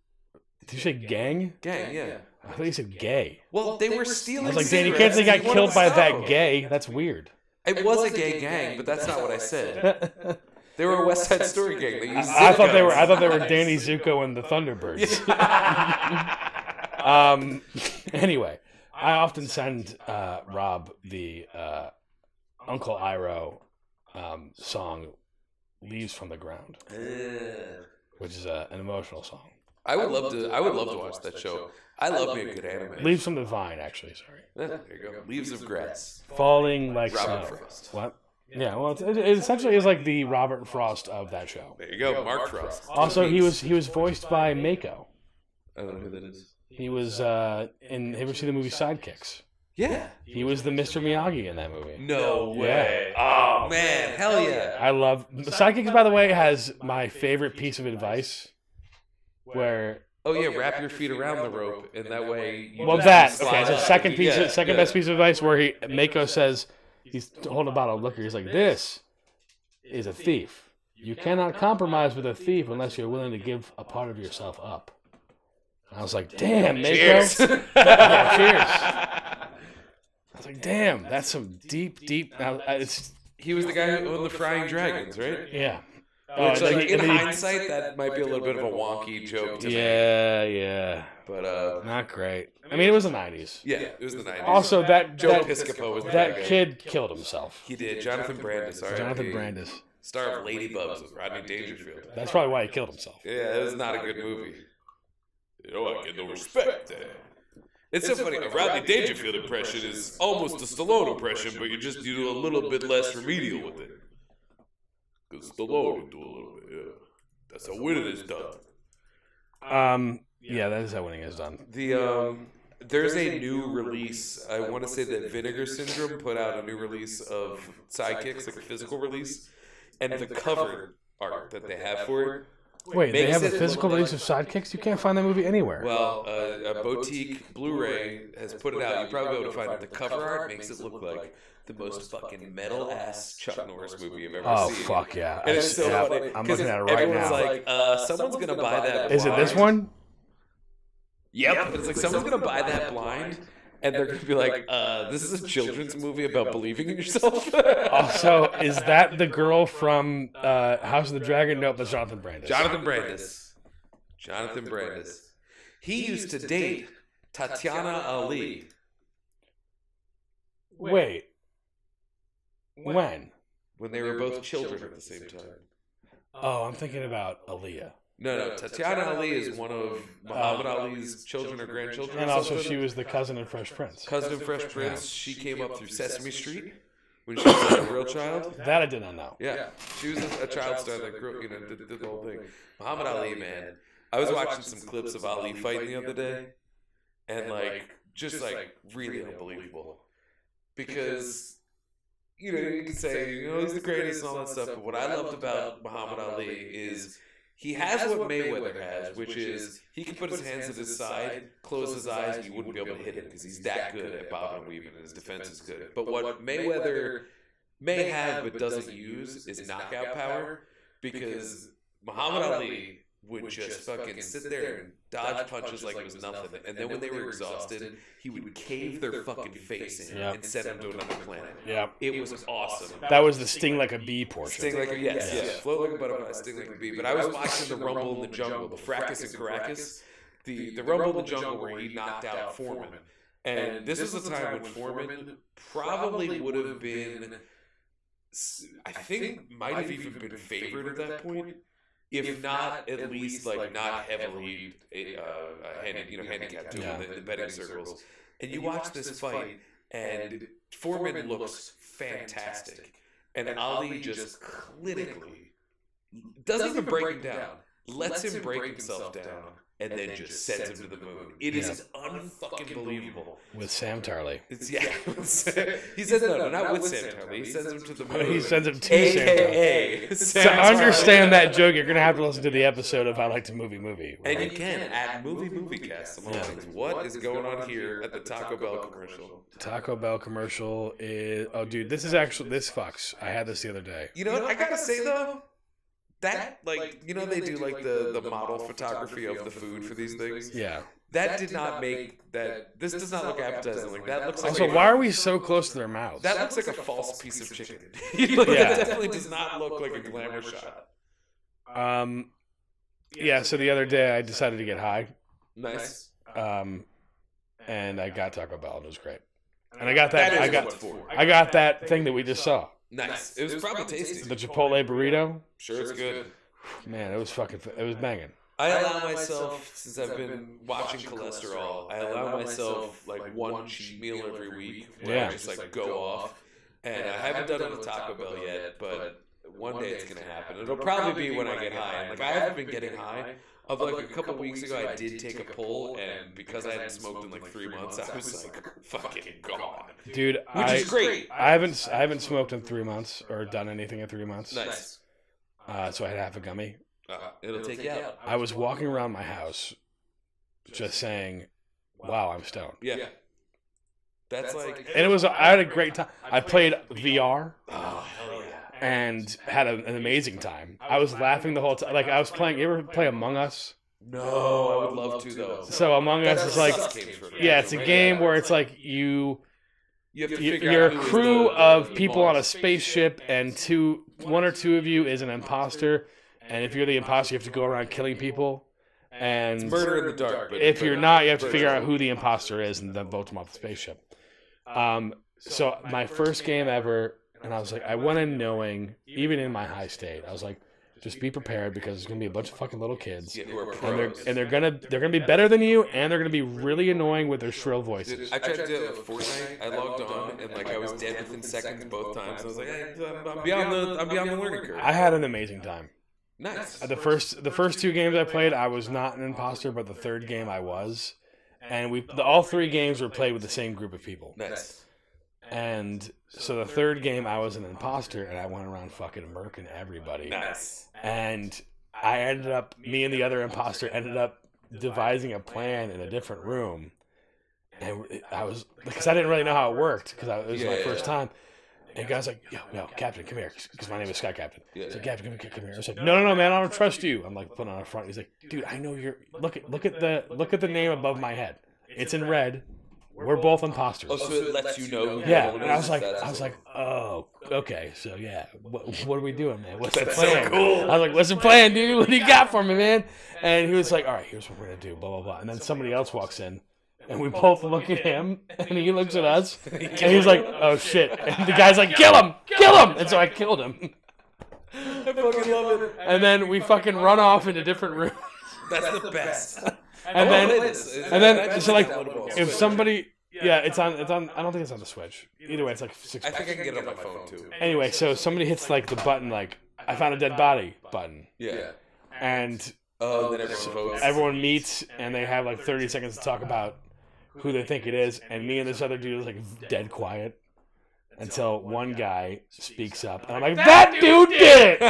Did you say gang? Gang, yeah. I thought you said gay. Well, they were stealing. I was like, Dan, you can't cigarettes. think I wanted killed to by stop. that gay. That's weird. It was a gay gang, but that's not what I said. They were a West Side Story gang. They used I thought they were. I cigarettes. thought they were Danny Zuko and the Thunderbirds. um. Anyway, I often send uh, Rob the uh, Uncle Iro um, song "Leaves from the Ground," Ugh. which is a, an emotional song. I would love to. I would love to watch that show. I love me a good anime. "Leaves from the Vine," actually. Sorry. Yeah, There you go. Leaves of Grass. Falling like Robert snow. Frost. What? Yeah. Well, it, it essentially is like the Robert Frost of that show. There you go. Mark Frost. Also, he was he was voiced by Mako. I don't know who that is. He was uh, in. Have you ever seen the movie Sidekicks? Yeah. He was the Mr. Miyagi in that movie. No Yeah. way. Oh man, hell yeah. I love Sidekicks. By the way, has my favorite piece of advice, where Oh yeah, wrap your feet around the rope, and that way. You well just that slide okay. So up. second piece, Yeah, second yeah. best piece of advice, where he Mako says he's holding a bottle of liquor. He's like, "This is a thief. You cannot compromise with a thief unless you're willing to give a part of yourself up." And I was like, "Damn, Mako." Cheers. Yeah, cheers. I was like, "Damn, that's some deep, deep." Now I- it's He was the guy who owned the Frying Dragons, right? yeah. Oh, Which, and then like, he- in and then he- hindsight, that might be a little bit of a wonky joke. To make, yeah, yeah. but uh, Not great. I mean, it was the '90s. yeah, it was the nineties. Also, that Joe that, Piscopo was the that bad guy. kid killed himself. He did. Jonathan Brandis. R.I.P. Jonathan Brandis. Star of Ladybugs with Rodney Dangerfield. That's probably why he killed himself. Yeah, it was not a good movie. You know, Oh, I get no respect there. It's so funny. A Rodney Dangerfield impression is almost a Stallone impression, but you just do a little bit less remedial with it. Because Stallone would do a little bit, yeah. That's how winning is done. Um, yeah, that is how winning is done. The um, there's a new release. I want to say that Vinegar Syndrome put out a new release of Sidekicks, like a physical release, and the cover art that they have for it Wait, they Makes have a it- physical release of Sidekicks. You can't find that movie anywhere. Well, uh, a boutique Blu-ray has put it out. You probably be able to find it. The cover art makes it look like the most fucking metal ass Chuck Norris movie I've ever oh seen. fuck yeah! And I- it's so yeah, funny. I'm 'cause looking at it right everyone's now. like, uh, someone's gonna buy that. is it this blind. one? Yep. It's like someone's gonna buy that blind, and they're gonna be like, uh, this is a children's movie about believing in yourself. Also, is that the girl from uh, House of the Dragon? Nope, that's Jonathan Brandis. Jonathan Brandis. Jonathan Brandis. He used to date Tatiana Ali. Wait, when? when they, were, both, children, at the same time. Oh, I'm thinking about Aaliyah. No, no, Tatiana Ali is one of Muhammad Ali's children or grandchildren. And or also, something. she was the cousin in Fresh Prince. cousin of Fresh Prince. She came up through Sesame Street when she was like a real child. That I did not know. Yeah, she was a, a child star that grew, you know, did, did the whole thing. Muhammad Ali, man. I was watching some clips of Ali fighting the other day, and like, just like really unbelievable, because. You know, you can say, you know, he's the greatest and all that stuff, but what I loved about Muhammad Ali is He has, what Mayweather, has, which is he can put his hands at his side, close his eyes, and you wouldn't be able to hit him because he's that good at bobbing and weaving, and his defense is good. But what Mayweather may have but doesn't use is knockout power. because Muhammad Ali would just fucking sit there and dodge punches like it was nothing. And then when they were exhausted, he would cave their fucking face in Yeah. and send them to another planet. Yeah. It was awesome. That was the sting like a bee portion. Sting like a yes, Yeah. yes. Float like a butterfly, sting like a bee. But I was watching the Rumble in the Jungle, the Fracas and Caracas, the the Rumble in the Jungle where he knocked out Foreman. And this is the time when Foreman probably would have been, s- I think, might have even been favored at that point, if not at least like not heavily uh, uh, handed, you know, handicapped to him in the betting circles. And you watch this fight, and Foreman looks fantastic, and Ali just clinically doesn't even break him down, lets him break himself down, and then just sends him to the moon. It is unfucking believable. with Sam Tarley. It's, yeah. he says no, no, not with Sam Tarley. He sends him to the moon. He sends him to Sam Tarley. AKA Sam To Tarley. understand that joke, you're gonna have to listen to the episode of How I Like to Movie Movie. And you Right? can at movie movie cast. I'm Yeah. like, what is going on here at the Taco Bell commercial? Taco Bell commercial is oh dude, this is actually this fucks. I had this the other day. You know, what I gotta say though, that like you know they do like the the model photography of the food for these things. Yeah. That did not make that. This does not look appetizing. Like that looks like Also, a- why are we so close to their mouths? That, looks, like, a false piece of chicken. like, Yeah. That definitely does not look like a glamour shot. Um yeah, so the other day I decided to get high. Nice. Um and I got Taco Bell and it was great. And I got that, That I is got what it's for. I got that thing that we just saw. Nice. It was, probably tasty. The Chipotle burrito. Sure, it's good. Man, it was fucking it was banging. I allow myself, since I've been watching cholesterol, I allow myself like one cheat meal every week where Yeah. I just like go off. And I haven't done it with Taco Bell yet, but one day it's gonna happen. It'll probably be when I get high. Like I haven't been getting high. Of like, a couple, weeks ago, I did take a poll, and because I hadn't smoked in like three months, I was like fucking gone, which Dude, I is great. I haven't I haven't smoked in three months or done anything in three months. Nice. Uh, so I had half a gummy. Uh, it'll take you out. I was walking around my house, just saying, "Wow, I'm stoned," Yeah. That's, like, and it was I had a great time. I played VR oh hell yeah. and had a, an amazing time. I was laughing the whole time. Like I was playing. You ever play Among Us? No, I would love to though. So Among Us That's is like, sucks games for me. yeah, it's a game where it's like you you have to you- figure you're out a who is crew the- of the people on a boss. spaceship, and two, one or two of you is an imposter, and if you're the imposter, you have to go around killing people. And murder in the dark. But if but- you're not, you have to figure out who the imposter is and then vote them off the spaceship. Um, so my first game ever, and I was like, I went in knowing, even in my high state, I was like, just be prepared because there's gonna be a bunch of fucking little kids, yeah, who are and they're pros. and they're gonna they're gonna be better than you, and they're gonna be really annoying with their shrill Dude, voices. I tried to do it with Fortnite. I logged on and like I was dead within seconds both times. I was like, eh, I'm I'm beyond the I'm beyond the learning curve. I had an amazing time. Uh, Nice. The first the first two games I played, I was not an imposter, but the third game I was, and we the, all three games were played with the same group of people. Nice. And so the third game, I was an imposter, and I went around fucking murking everybody. Nice. And I ended up, me and the other imposter ended up devising a plan in a different room. And it- I was, because I didn't really know how it worked, because it was my Yeah. first time. And guys like, yo, no, Captain, come here, because my name is Sky Captain. Yeah. So Captain, come here, come here. I was like, no, no, no, man, I don't trust you. I'm like putting on a front. He's like, dude, I know you're. Look at look at the look at the name above my head. It's in red. We're both imposters. Oh, so it lets you know. who Yeah, the and winner I is. was like, That's I was cool. like, oh, okay, so yeah, what, what are we doing, man? What's the That's so plan? cool. I was like, what's the plan, dude? What do you got for me, man? And he was like, all right, here's what we're gonna do, blah blah blah. And then somebody else walks in, and we both look at him, and he looks at us, and he's like, oh shit. And the guy's like, kill him, kill him. And so I killed him, I fucking love it. and then we fucking run off into different rooms, That's the best. and then and then so like if if somebody. Yeah, it's on. It's on. I don't think it's on the Switch. Either way, it's like six. I think I can get it on my phone too. Anyway, so somebody hits like the button, like I found a dead body button, Yeah. and Oh, then everyone votes. everyone meets and they have like 30 seconds to talk about who they think it is, and me and this other dude is like dead quiet until one guy speaks up, and I'm like, that dude did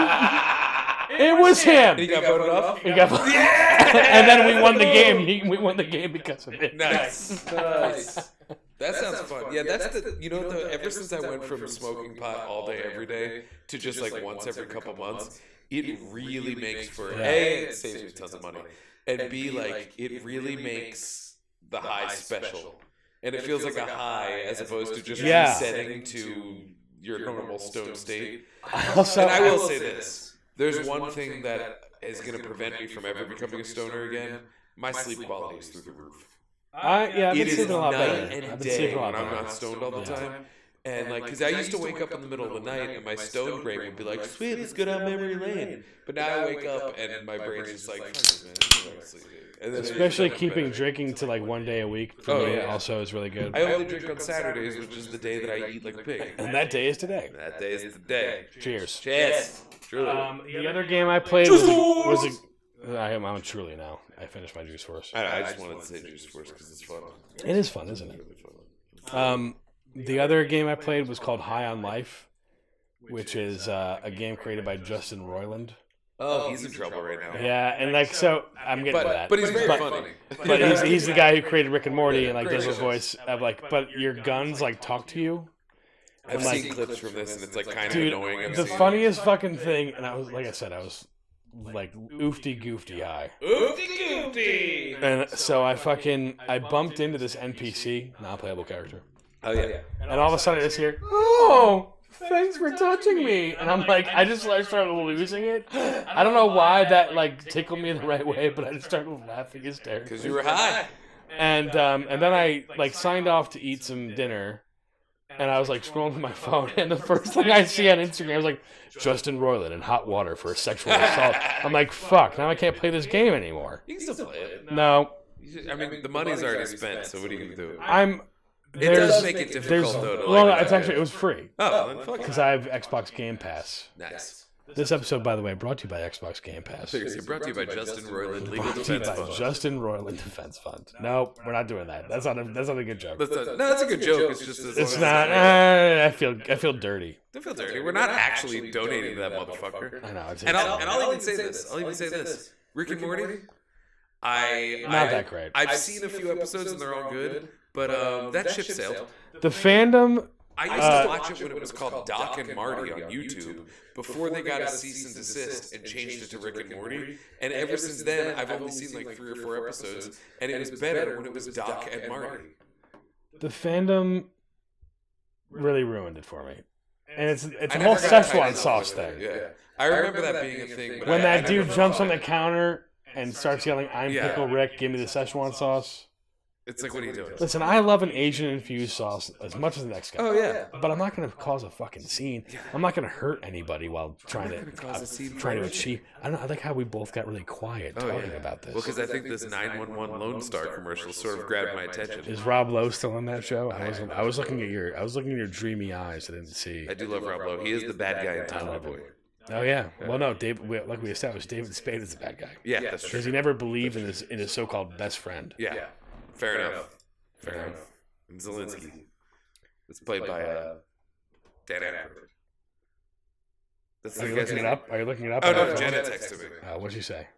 it. It was He him. got voted off. We got- and then we won the game. He- We won the game because of it. Nice. Nice. That sounds fun. one. Yeah, that's, the, you know, the, ever since I went from smoking pot all day, every day to just like once every couple months, it really makes for Yeah. A, it saves me tons of money. And B, like, it really makes the high special. And it feels like a high as opposed to just Yeah. resetting to your normal stone state. I also- and I will say this. There's, one, thing, that is going to prevent me from ever becoming a stoner again. My sleep quality is through the roof. I, Uh, yeah, I've It been is sleeping a lot night better. and I've been day sleeping a lot when I'm better. not stoned all the Yeah. time. And like, because I used to wake up in the middle of the night and my stone brain would be like, sweet, let's go down memory lane. But now I wake up and my brain's just like, fuck it, man, I'm gonna go to sleep." And then I just Especially end up keeping better. drinking to like one day a week for Oh, me yeah. also is really good. I only drink on Saturdays, which is the day that I eat like a pig. and that day is today. That day is the day. Cheers. Cheers. Truly. Um, the other game I played was, was a, I am I'm truly now. I finished my juice force. I, don't know, I just wanted to say juice first because it's fun. It is fun, isn't it? Um, the other game I played was called High on Life, which is uh, a game created by Justin Roiland. Oh, he's in trouble right now. Yeah, and like so, I'm getting to But, that. but he's very But- funny. But he's, he's the guy who created Rick and Morty Yeah, and like great does a voice. voice of like, but your guns like talk to you. I've like- seen clips from this, and it's like kind of Dude, annoying. I've the seen- funniest fucking thing, and I was like I said, I was like oofty goofty high. Oofty-goofty! And so I fucking I bumped into this NPC, non-playable character, Oh yeah. and all of a sudden I just hear, "Oh, thanks for touching me," and I'm like, I just I started losing it. I don't know why that like tickled me in the right way, but I just started laughing hysterically. Because you were high. and um, and then I like signed off to eat some dinner, and I was like scrolling through my phone, and the first thing I see on Instagram is like Justin Roiland in hot water for sexual assault. I'm like, fuck, now I can't play this game anymore. You can still play it. No, You should- I mean, the money's already spent, so what are you gonna do? I'm It there's does make it there's difficult though. to, well, no, like, it's actually it was free Oh, then fuck because it. I have Xbox Game Pass. Nice. This episode, by the way, brought to you by Xbox Game Pass. Seriously, brought to you by Justin Roiland, Legal Brought to you Defense by Fund. Justin Roiland Defense Fund. No, we're not doing that. That's not a that's not a good joke. That's a, no, that's a good joke. It's just as It's long as not. Uh, I feel I feel dirty. Don't feel dirty. We're not actually donating to that motherfucker. I know. It's, And I'll, and I'll even say this. I'll even say this. Rick and Morty. I not I- that great. I've, seen a few episodes and they're all good, but um, that ship sailed. the fandom I used Uh, to watch it when it was called Doc and Marty on YouTube before they got a cease and desist and changed it to Rick and Morty. And ever since then, I've only seen like three or four episodes, and it was better when it was Doc and Marty. the fandom really ruined it for me. And it's it's I a never whole got tied Szechuan into sauce it. thing. Yeah, I remember that being a thing. but When I- that I never dude thought jumps about on the it. counter and starts yelling, "I'm Yeah. Pickle Rick, give me the Szechuan sauce." it's like, what are you doing? Listen, I love an Asian infused sauce as much as the next guy. Oh yeah, But I'm not gonna cause a fucking scene. I'm not gonna hurt anybody while trying to cause a uh, scene. trying to achieve. I don't. I like how we both got really quiet Oh, talking yeah. about this. Well, because I think this 911 Lone Star commercial sort of grabbed my attention. Is Rob Lowe still on that show? Oh, I was I was looking at your I was looking at your dreamy eyes. I didn't see. I do love Rob Lowe. He is the bad guy in Tommy love Boy. him. Oh yeah. Well, no, Dave. We, like we established, David Spade is a bad guy Yeah, that's true. because he never believed in his in his so-called best friend. Yeah, fair enough. Fair enough. And Zelensky. It's played by uh, Dan Aykroyd. That's Are you guy- looking it up? Are you looking it up? Oh no, Jenna texted me. Uh, what'd you say?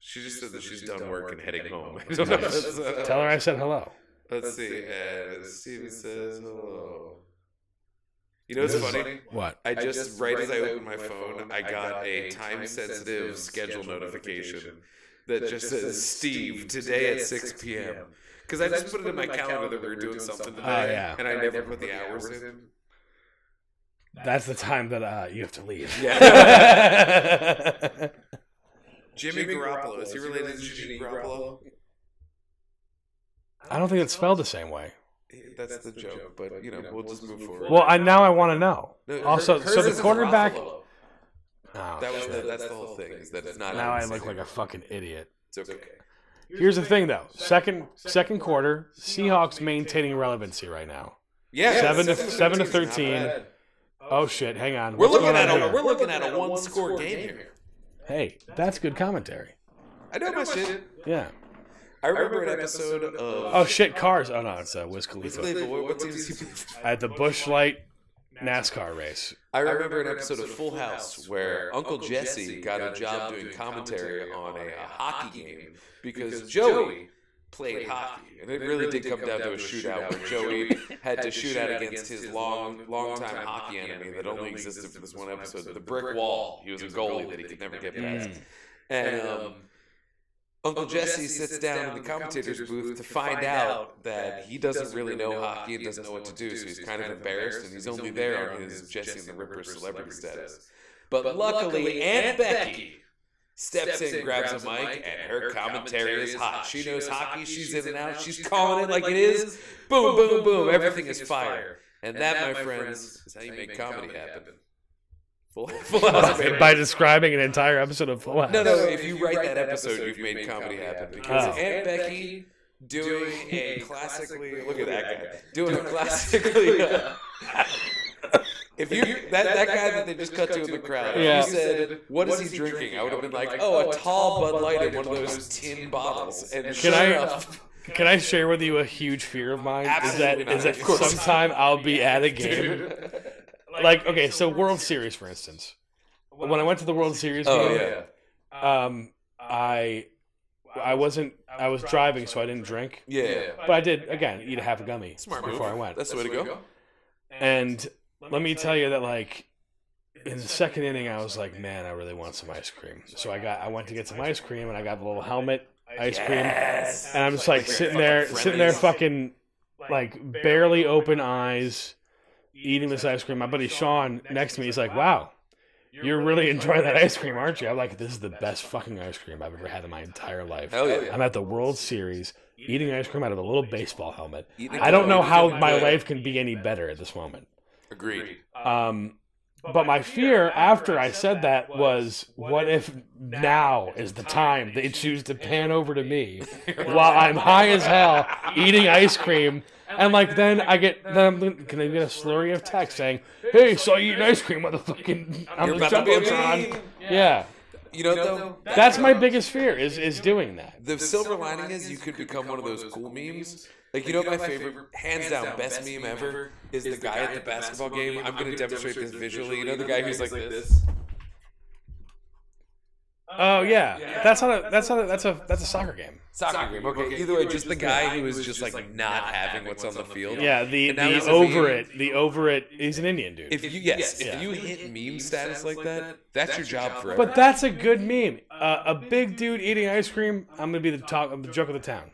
She just said that she's done work and heading home. I don't know. Nice. That's, uh, Tell her I said hello. Let's see. Uh, Steven says hello. You know what's This is- funny? What? I just right as I opened my phone, I got a time-sensitive schedule notification that just says Steve today at 6 p.m. Because I just put it in my calendar that we were doing something today, Oh, yeah. and I never put the hours in. That's the time that uh, you have to leave. Yeah. I Jimmy Garoppolo. Is he related to Jimmy Garoppolo? don't think it's spelled the same way. That's the joke, but you know, we'll just move forward. Well, I now I want to know. No, her- Also, hers so the is quarterback. Garoppolo. Oh, That was shit. the, that's the whole thing. Is that it's not now I look like a fucking idiot. It's okay. Here's the thing, though. Second second quarter, Seahawks maintaining relevancy right now. Yeah, Seven to- seven to 's not 13. bad. Oh shit! Hang on. We're What's looking going at on a here? we're looking at a one score game here. Hey, that's good commentary. I know my shit. Yeah. I remember an episode of Oh shit! Cars. Oh no, it's uh, Wiz What's Khalifa the- what- what team is he playing? at the Bush Light NASCAR race. I remember an episode of Full House where Uncle Jesse got a job doing commentary on a, a hockey game because Joey played hockey, and it really did come down to a shootout where Joey had to shoot out against his long, long-time hockey enemy that only existed for this one episode, the brick wall. He was a goalie that he could never get past, Mm. and. um, Uncle Jesse sits down in the commentator's booth to find out that he doesn't really know hockey and doesn't know what to do, so he's kind of embarrassed, and he's only there on his Jesse and the Ripper celebrity status. But luckily, Aunt Becky steps in, grabs a mic, and her commentary is hot. She knows hockey, she's in and out, she's calling it like it is. Boom, boom, boom, everything is fire. And that, my friends, is how you make comedy happen. Full full house, baby. By describing an entire episode of Full House. No, no, if you write that episode, you've made comedy happen. Because Oh. Aunt Becky doing a classically look at that guy doing a classically uh, if you that, that guy that they just cut to in the crowd Yeah. if you said what is he drinking i would have been like oh a tall bud light in one of those tin bottles and Can sure I- enough Can I share with you a huge fear of mine? Absolutely is that is not. that Of course. sometime I'll be at a game. Like okay, so World Series for instance. When I went to the World Series Oh, game, yeah. um I I wasn't I was driving so I didn't drink. yeah, But I did again eat a half a gummy Smart before move. I went. that's the way to go And let me tell you that like in the second inning I was like, man, I really want some ice cream. So I got I went to get some ice cream and I got the little helmet ice cream. Yes. and I'm just like sitting there, fucking sitting there, friendlies. fucking like barely open eyes, eating this ice cream. My buddy Sean next to me, he's like, "Wow, you're really enjoying that ice cream, aren't you?" I'm like, "This is the best fucking ice cream I've ever had in my entire life." hell yeah I'm at the World Series eating ice cream out of a little baseball helmet. Eating I don't know cookies. how my life can be any better at this moment. agreed Um, but my fear after I said that was, what if now is the time they choose to pan over to me while I'm high as hell eating ice cream? And like then I get then I'm gonna get a slurry of text saying, "Hey, saw you eating ice cream, motherfucking." I'm you're the about to be a jumbotron. meme. Yeah, you know though that's my biggest fear is is doing that. the silver lining is you could become one of those cool memes Like, you know, my favorite, hands down, best meme ever is the guy at the basketball game. I'm going to demonstrate this visually. You know, the guy who's like this. Oh yeah, that's not a that's not a, that's a that's a soccer game. Soccer game. Okay. Either way, just the guy who is just like not having what's on the field. Yeah, the And now he's the a over meme. it the over it. He's an Indian dude. If you yes, Yeah. if you hit meme status like that, that's your job forever. But that's a good meme. Uh, a big dude eating ice cream. I'm gonna be the talk, I'm the joke of the town.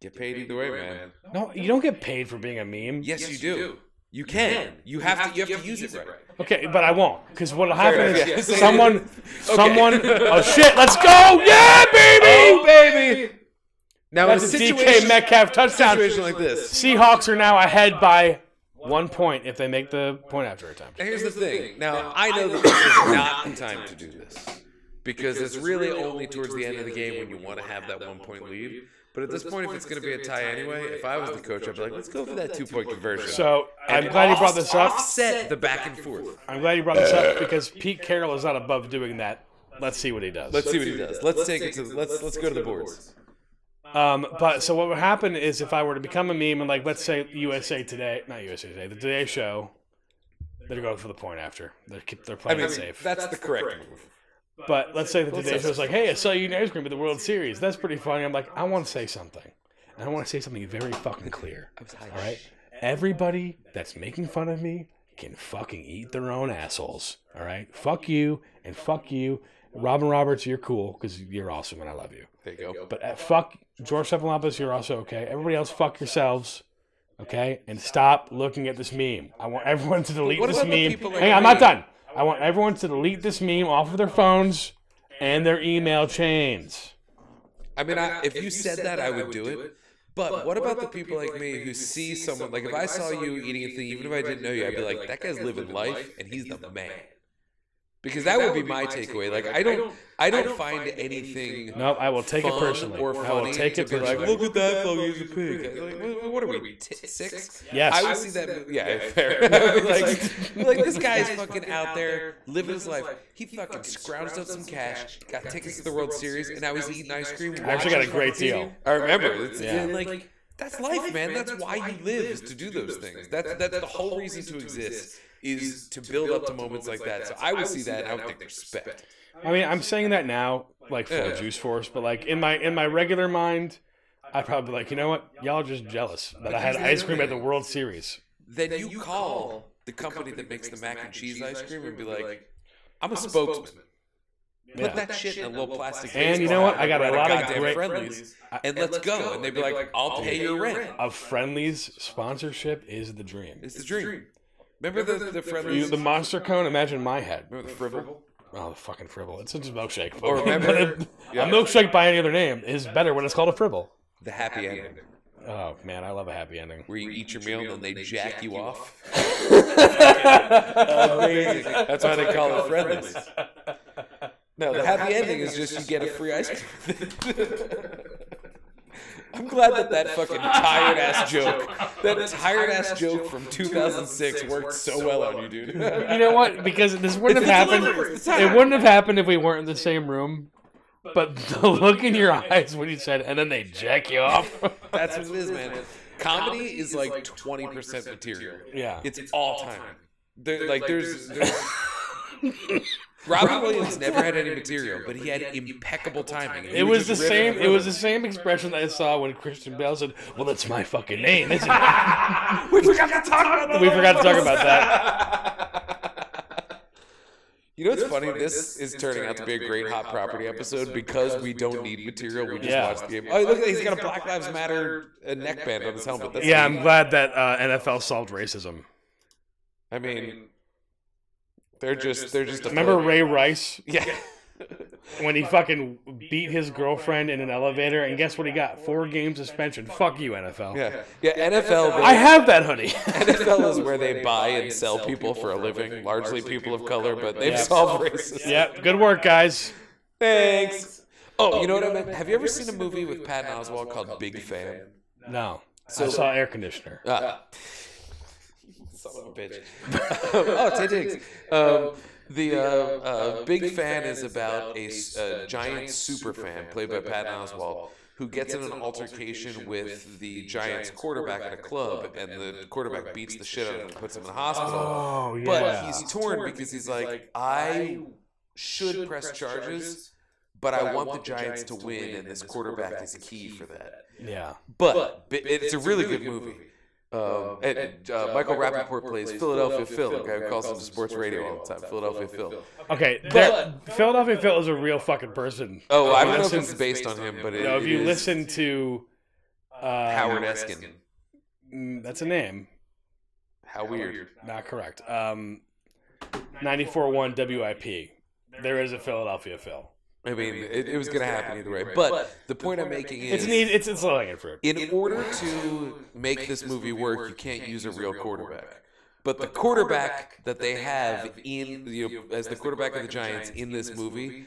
Get paid either way, man. No, you don't get paid for being a meme. Yes, you do. You can. You have to. You have to use it right. Okay, but I won't, because what'll happen Fair enough, is yeah. someone, someone. Oh shit! Let's go! Yeah, baby, baby. Oh, Now, in a That's a DK situation, Metcalf touchdown. situation like this. Seahawks are now ahead by one point if they make the point after time. Now, here's the thing. Now, I know that this is not the time to do this. because it's really only towards the end of the game when you want to have that one point lead. But at this point, if it's going to be a tie anyway, if I was the coach, I'd be like, let's go for that two point conversion. So I'm glad you brought this up. Offset the back and forth. I'm glad you brought this up because Pete Carroll is not above doing that. Let's see what he does. Let's see what he does. Let's take it to the, let's let's go to the boards. Um, but so what would happen is if I were to become a meme and like let's say USA Today, not USA Today, the Today Show, they're going for the point after. They're keep they're I playing mean, it safe. that's the correct move. but let's say the Today Show is like, hey, I saw you in ice cream at the World Series. That's pretty funny. I'm like, I want to say something, and I want to say something very fucking clear. All right, everybody that's making fun of me can fucking eat their own assholes. All right, fuck you and fuck you, Robin Roberts. You're cool because you're awesome and I love you. There you go. But uh, fuck George Stephanopoulos, you're also okay. Everybody else, fuck yourselves, okay? And stop looking at this meme. I want everyone to delete What this about the meme. people that Hang are on, I'm not mean? done. I want everyone to delete this meme off of their phones and their email chains. I mean, I, if you said that, I would do it. But what about the people like me who see someone like if I saw you eating a thing, even if I didn't know you, I'd be like, that guy's living life and he's the man. Because that would be my takeaway. Like I don't I don't find anything. Nope, I will take it fun personally. or I will funny take it to be personally. like, look at that fellow, he's a pig. Like, what, what are we, t- six? Yes. I would see that. movie- Yeah, fair. like, like, this guy's fucking out there living his life. He fucking scrounged up some cash, got tickets to the World Series, and now he's eating ice cream. I actually got a watching great fucking deal. TV. I remember. It's Yeah. and, like. That's life, man. That's why you live is to do those things. That's that's the whole reason to exist is to build up to moments like that. So I would see that. and I would think respect. I mean, I'm saying that now, like full of Yeah. juice force, but like in my in my regular mind, I'd probably be like, you know what? Y'all are just jealous that I had ice cream at the World Series. Then, Then you, you call call the company, that makes the mac and cheese ice cream and be like, I'm I'm a a spokesman. spokesman. Yeah. Put that shit in a little plastic And baseball you know what? hat I got a at lot of goddamn great- friendlies. And And let's go. And they'd be like, I'll pay your rent. Of friendlies, sponsorship is the dream. It's the dream. Remember the, the You, friendlies? the monster cone, imagine my head. Remember the fribble? Oh, the fucking fribble. It's just a milkshake. but- Or remember but a, a milkshake by any other name is better when it's called a fribble. the happy ending, Oh, man, I love a happy ending. where you eat your meal and then they jack you off. Oh, Amazing. That's why they call it friendlies. friendlies. No, the happy ending is just you get a free ice cream. I'm glad that that fucking tired ass joke, that tired ass joke from 2006 worked so well on you, dude. You know what? Because this wouldn't have happened. It wouldn't have happened if we weren't in the same room. But the look in your eyes when you said, and then they jack you off. That's what it is, man. Comedy is like 20% material. yeah. It's It's all time. There, There- like there's, there's Rob Robin Williams Williams never had any material, but he had impeccable timing. It was the same. It was the same expression that I saw when Christian Bale said, "Well, that's my fucking name, isn't it?" we forgot to talk about we forgot to talk about that. You know what's It's funny? This is turning out to be a great hot property episode because we don't need material. We just Yeah. watched the game. Oh, look at that! He's got a Black Lives Matter uh, neckband on his helmet. That's Yeah, I'm neat. glad that uh, NFL solved racism. I mean, they're just they're just. a Remember flavor. Ray Rice Yeah. when he fucking beat his girlfriend in an elevator, and guess what he got? Four game suspension. Fuck you, NFL. Yeah. Yeah. NFL. I have that hoodie. NFL is where they buy and sell people for a living, largely people of color, but they've Yeah. solved racism. yep. Good work, guys. Thanks. Oh, you know what I meant? Have you ever seen a movie with Patton Oswald called Big Fan? No, I saw air conditioner. Ah. Son of a bitch. oh, Ted Diggs. Um, the uh, uh, big fan is about a s- uh, giant super fan played by Patton Oswald who gets in an altercation with the Giants quarterback at a club, and the quarterback beats the shit out of him and puts him in the hospital. Oh yeah. But he's torn because he's like, I should press charges, but I want the Giants to win, and this quarterback is key for that. yeah. But bi- it's a really good movie. Um, and, uh, Michael Rappaport plays Philadelphia Phil. The guy who calls him sports radio all the time. Philadelphia Phil. Okay. There, Philadelphia Phil is a real fucking person. Oh, I If you don't know if listen- it's based on him, but it, No, if you it is listen to uh, Howard Eskin. mm, that's a name, How weird. not correct. Um, 94.1 WIP. There is a Philadelphia Phil. I mean, it, it was going to happen either way. But the point I'm making is, It's an easy, it's it's low hanging fruit. in order to make this movie work, you can't use a real quarterback. But the quarterback that they have in you know, as the quarterback of the Giants in this movie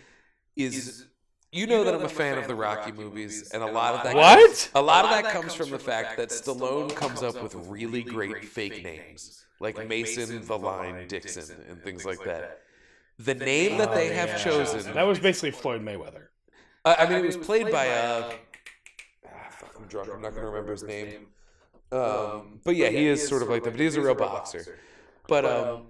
is. You know that I'm a fan of the Rocky movies, and a lot of that What? A lot, of that comes from the fact that Stallone comes up with really great fake names, like, Mason, the Line, Dixon, and things like that. The name that they Oh, have yeah. chosen, That was basically Floyd Mayweather. I, I mean, it was played by uh, ah, fuck, I'm drunk. I'm not gonna remember his name. Um, but yeah, he is sort of like that. But he's a real boxer. But um,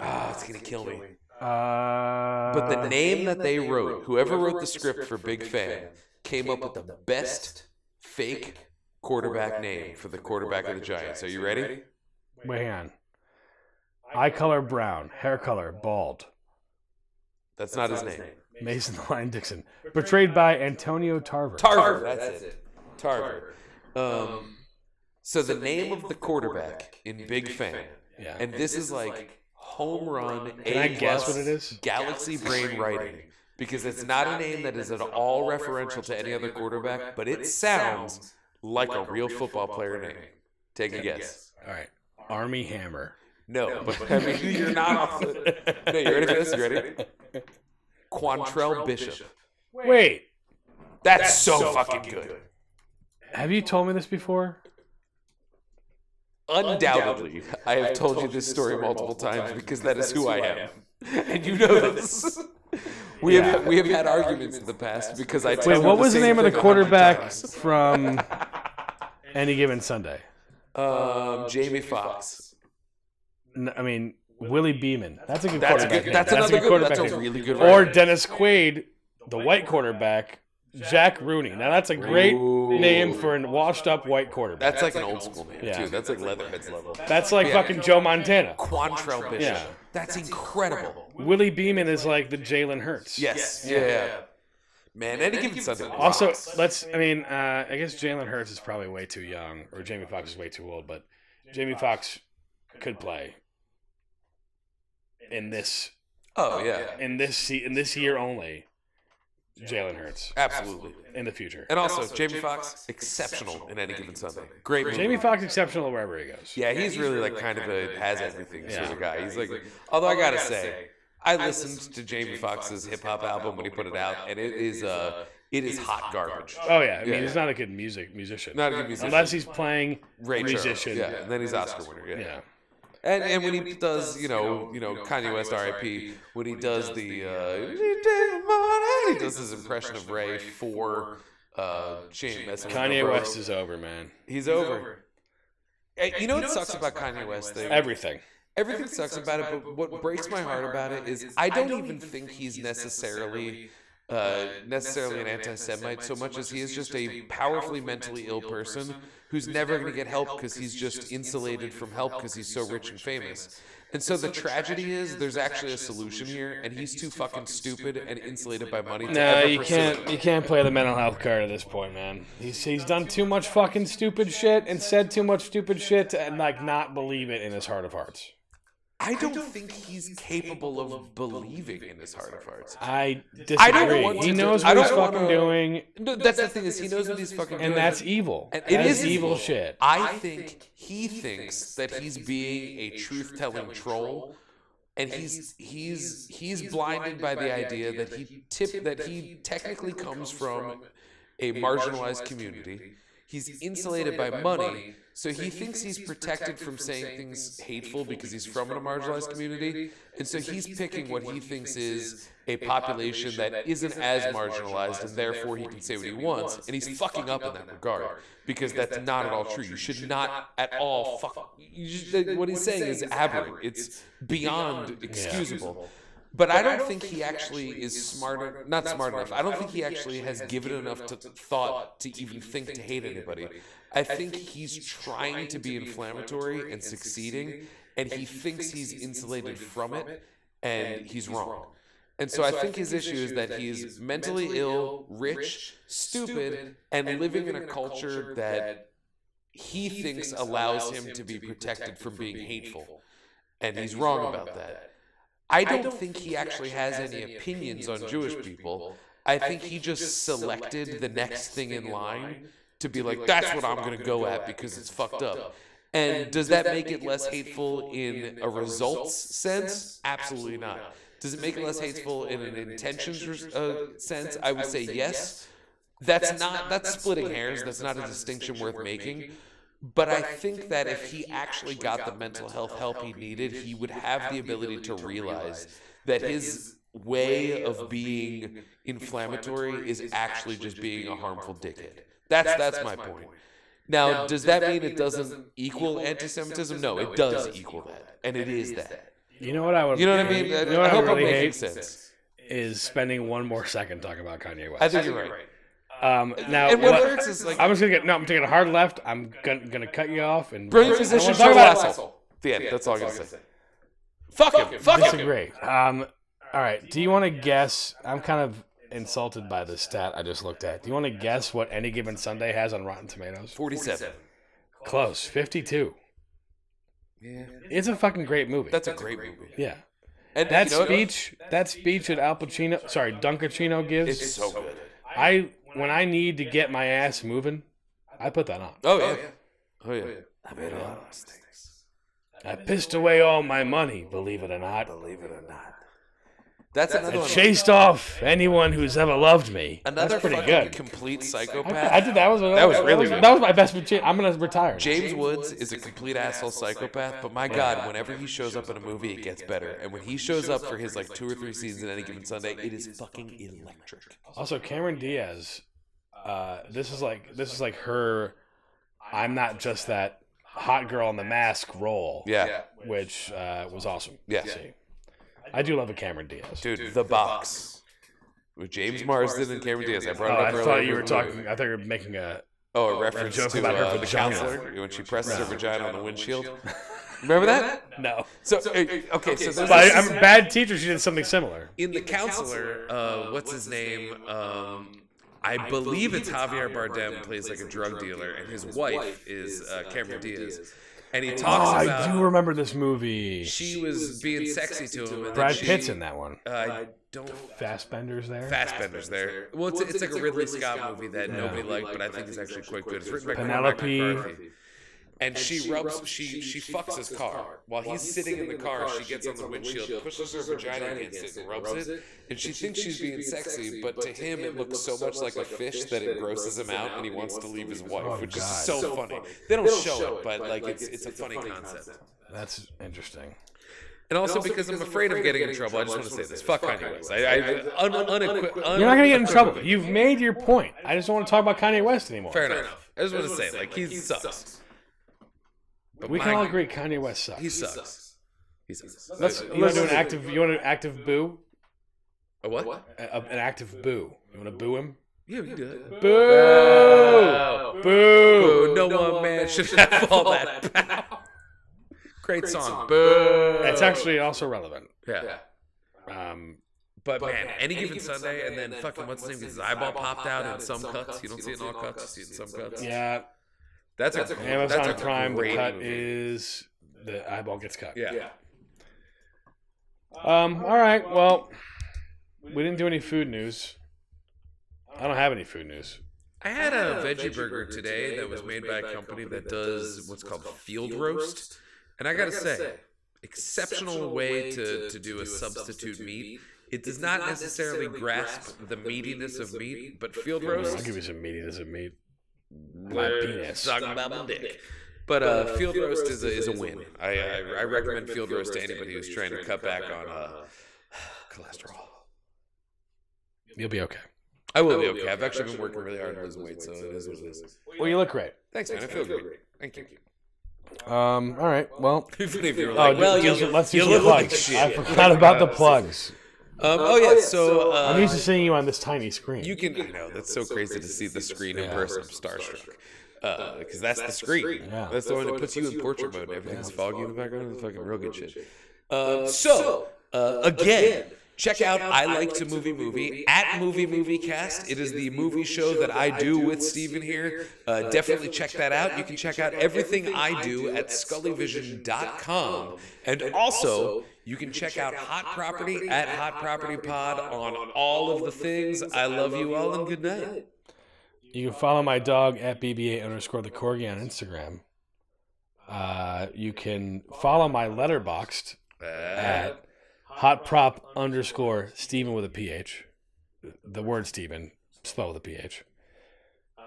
ah, it's gonna kill me. Uh, But the name that they wrote, whoever wrote the script for Big Fan, came up with the best fake quarterback name for the quarterback of the Giants. Are you ready? Wait, hang on. Eye color brown, hair color bald. That's not his name. Mason the Lion Dixon, portrayed by Antonio Tarver. Tarver. That's it. Tarver. Um, so the name of the quarterback in Big Fan, yeah. and this is like home run. Can I A guess plus what it is? Galaxy brain writing. Because it's not a name that is at all referential to any other quarterback, but it sounds like a real football player name. Take a guess. All right. Army Hammer. No, No, but but- I mean, you're not off the. No, you ready for this? You ready? Quantrell Quantrell Bishop. Bishop. Wait, That's so fucking good. have you told me this before? Undoubtedly, I have told you this story multiple times because that is who I am. And you know this. We have we have had arguments in the past because I Wait, tell what was the same name of the thing a hundred quarterback times. from Any Given Sunday? Um, Jamie Foxx. N- I mean, Willie Beeman. That's a good That's a quarterback. good. That's, name. another good. quarterback. That's a name. really good. or writer. Dennis Quaid, the white quarterback Jack Rooney. Now that's a great Ooh. name for a washed-up white quarterback. That's, like, an old school name Yeah. too. That's like Leatherhead's level. That's like Yeah. fucking Joe Montana. Quantrell Bishop. Yeah. That's incredible. Willie Beeman is like the Jalen Hurts. Yes. Yeah. Man, any given Sunday. Also, rocks. Oh, let's. I mean, uh, I guess Jalen Hurts is probably way too young, or Jamie Foxx is way too old, but Jamie Foxx could play in this Oh yeah. in this se- in this year only. Jalen Hurts Absolutely. in the future. And also, And also, Jamie Jamie Foxx, Foxx, exceptional in any given Sunday. Sunday. Great Great movie. Jamie Foxx exceptional wherever he goes. Yeah, he's really like kind of a has everything Yeah. sort of guy. He's like, although I gotta say, I listened to Jamie Foxx's hip hop album when he put it out, and it is uh, it is hot garbage. Oh yeah. I mean, Yeah. he's not a good music musician Not a good musician. unless he's playing. Ray musician. Charles. Yeah, and then he's Oscar winner. Yeah. Yeah. And, and when he does, you know, you know, Kanye West R.I.P. When he does the uh, he does his impression of Ray for uh, Shane Messing with Kanye Bro. West is over, man. He's over. Hey, You know what sucks about Kanye West? though? Everything. Everything sucks about it, but what breaks my heart about it is I don't even think he's necessarily uh, necessarily an anti-Semite so much as he is just a powerfully mentally ill person who's never going to get help because he's just insulated from help because he's so rich and famous. And so the tragedy is there's actually a solution here, and he's too fucking stupid and insulated by money. to No, ever you pursue can't. You it. can't play the mental health card at this point, man. He's he's done too much fucking stupid shit and said too much stupid shit to, and like not believe it in his heart of hearts. I don't think he's capable of believing in his heart of hearts. I disagree. I don't want he to- knows I what he's don't fucking wanna- doing, No, that's the thing is he knows what he's fucking doing. and that's evil. And that it is is evil evil. shit. I think he thinks that he's being a truth-telling troll and he's he's he's blinded by the idea that he tip that he technically comes from a marginalized community. He's insulated by money, so he thinks he's protected from saying things hateful because he's from a marginalized community, and so he's picking what he thinks is a population that isn't as marginalized, and therefore he can say what he wants, and he's fucking up in that regard because that's not at all true. You should not at all fuck. You should, what he's saying is aberrant. It's beyond excusable. But I don't think he actually is smart, not smart enough. I don't think he actually has given enough to, thought to even think to hate anybody. I think he's trying to be inflammatory and succeeding, and he thinks he's insulated from it, and he's wrong. And so I think his issue is that he's mentally ill, rich, stupid, and living in a culture that he thinks allows him to be protected from being hateful. And he's wrong about that. I I don't think he actually has any opinions on Jewish people. I think he just selected the next thing in line to be like, that's what I'm going to go at because it's fucked up. And does that make it less hateful in a results sense? Absolutely not. Does it make it less hateful in an intentions res- uh, sense? I would say yes. That's, not that's splitting hairs. That's not a distinction worth making. But, I, think, that, if he actually got the mental health help he needed, he would have the ability to realize that his way of being inflammatory is actually just being a harmful dickhead. That's that's my point. Now, does that mean it doesn't equal anti-Semitism? No, it does equal that, and it is that. You know what I would. You know what I mean? You I- know what I I, hope I'm really making hate sense. is spending one more second talking about Kanye I West. think you're right. Um, now, And what- what hurts is like I'm just gonna get. No, I'm taking a hard left. I'm gonna, gonna cut you off and. brilliant I don't wanna physician talk Charles about it. Lassell. The end. That's all I'm gonna say. Fuck him. Fuck him. disagree. Um, all right. Do you want to guess? I'm kind of insulted by this stat I just looked at. Do you want to guess what any given Sunday has on Rotten Tomatoes? Forty-seven. Close, 52. Yeah, It's a fucking great movie. that's a great movie. yeah. And That you know what? speech, that speech that Al Pacino, sorry, Dunkachino gives. It's so good. I when I need to get my ass moving, I put that on. Oh yeah. Oh yeah. I made a lot of mistakes. I pissed away all my money, believe it or not. Believe it or not. That's another I one. chased off anyone who's ever loved me. Another That's pretty fucking good. complete I, psychopath. I did that was that, was really good. that was my best routine. I'm gonna retire. James Woods is a complete asshole psychopath, but my God, whenever he shows up in a movie, it gets better. And when he shows up for his like two or three seasons in any given Sunday, it is fucking electric. also, Cameron Diaz, uh, this is like this is like her. I'm not just that hot girl in the mask role. Yeah, which uh, was awesome. to Yeah. see. I do love a Cameron Diaz. dude, the box. with James, Marsden and Cameron Diaz. I Oh, brought it I up earlier. thought you with were Louis. talking. I thought you were making a. Oh, a reference joke to about her uh, the vagina. counselor when she presses her Right. vagina on the windshield. Remember that? No, So, okay, okay, so but there's I, this- I'm a bad teacher. She did something similar. in the counselor, uh, what's his name? Um, I believe it's Javier Bardem plays like a drug dealer, and his wife is uh, Cameron Diaz. And he and he talks oh, I do about remember this movie. she was being sexy to him. and then Brad she- Pitt's in that one. Uh, I don't. Fassbender's there. Fassbender's there. Well, it's, it's like a Ridley Scott movie that Yeah. nobody liked, but I think it's actually quite good. It's written by Penelope. Cormac McCarthy. And she rubs, she she fucks his car while he's sitting in the car. She gets on the windshield, pushes her vagina against it, and rubs it. And she thinks she's being sexy, but to him it looks so much like a fish that it grosses him out, and he wants to leave his wife. wife, which is God. so funny. They don't show it, but like it's it's a funny concept. That's interesting. And also because I'm afraid of getting in trouble, I just want to say this. Fuck Kanye West. I, I un, unequi- un- You're not gonna get in trouble. You've made your point. I just don't want to talk about Kanye West anymore. Fair enough. I just want to say like he sucks. But We my- can all agree Kanye West sucks. He sucks. He sucks. Let's, you want to do an active? You want an active boo? A what? A, a- an active boo. You want to boo him? Yeah, we can do that. Boo! Boo! Boo, no, one man, should have all that power. Great, song. Boo. That's actually also relevant. Yeah. Um, But, man, any, given Sunday, and then, fucking what's his name? His eyeball popped out in some cuts. You don't see it in all cuts. You see it in some cuts. yeah, That's, That's a a- great- Amazon that's a Prime. The great cut movie. is the eyeball gets cut. Yeah. Yeah. Um. All right. Well, we didn't do any food news. I don't have any food news. I had a veggie burger today that was made by a company that does what's called field roast. And I I gotta say, exceptional way to, to do a substitute meat. It does not necessarily grasp the meatiness of meat, but field I'll roast. give you some meat. It doesn't meat. My penis. Talking about my dick. But uh, field roast is a, is a win. I, I, I recommend field roast to anybody who's trying to cut back on uh, cholesterol. You'll be okay. I will be okay. I've actually been working really hard to lose weight, so it is what it is. Well, you look great. Thanks, man. I feel great. Thank you. Um. All right. Well. Even if you're Oh, like, well, well, you you, let's use you the look like plugs. shit. I forgot about the plugs. Um, oh yeah, so uh, I'm used to seeing you on this tiny screen. You can. I know that's so crazy to see the screen in Yeah. person. I'm starstruck. Because that's the screen. Yeah. That's the one that puts you in portrait mode. Everything's foggy in the background. It's fucking real good shit. Um, so so, uh, again, again. Check out I Like to Movie Movie at Movie Movie Cast. It is the movie show that I do with Steven here. Uh, definitely check that out. You can check out everything I do at ScullyVision.com. And also, you can check out Hot Property at Hot Property Pod on all of the things. I love you all and good night. You can follow my dog at BBA underscore the Corgi on Instagram. Uh, you can follow my letterboxed at hot prop underscore Steven with a PH. The word Steven, spelled with a PH.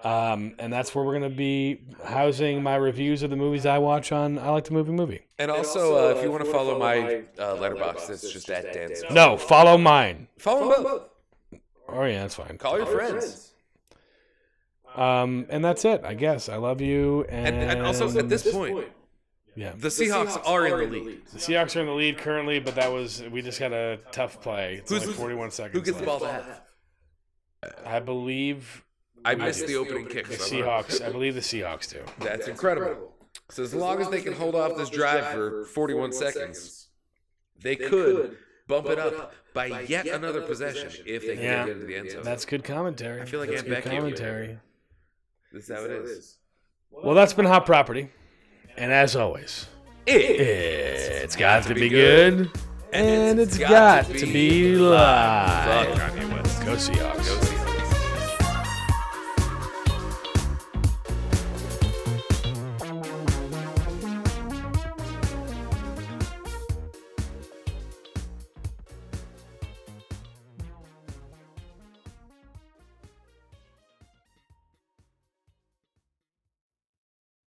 Um, and that's where we're going to be housing my reviews of the movies I watch on I Like to Movie Movie. And also, uh, if you want to follow my uh, letterbox, it's just at Dan. Sp- No, follow mine. Follow them both. Oh, yeah, that's fine. Call your friends. Um, and that's it, I guess. I love you. And, And, and also, at this point, yeah. the Seahawks are in the lead. The Seahawks are in the lead currently, but that was we just had a tough play. It's Who's- only who's- 41 seconds. Who gets the ball left. to half? I believe I missed the opening kick. the so I'm not- Seahawks. I believe the Seahawks do. That's incredible. So as long as they can hold off this drive for 41 seconds, they could bump it up by yet another possession if they can Yeah. get into the end zone. That's good commentary. I feel like that's Aunt good Becky would- commentary. That's how it is. Well, that's been hot property, and as always, it's got to be good, and it's got to be live. Fuck Kanye West. Go Seahawks. Go Seahawks.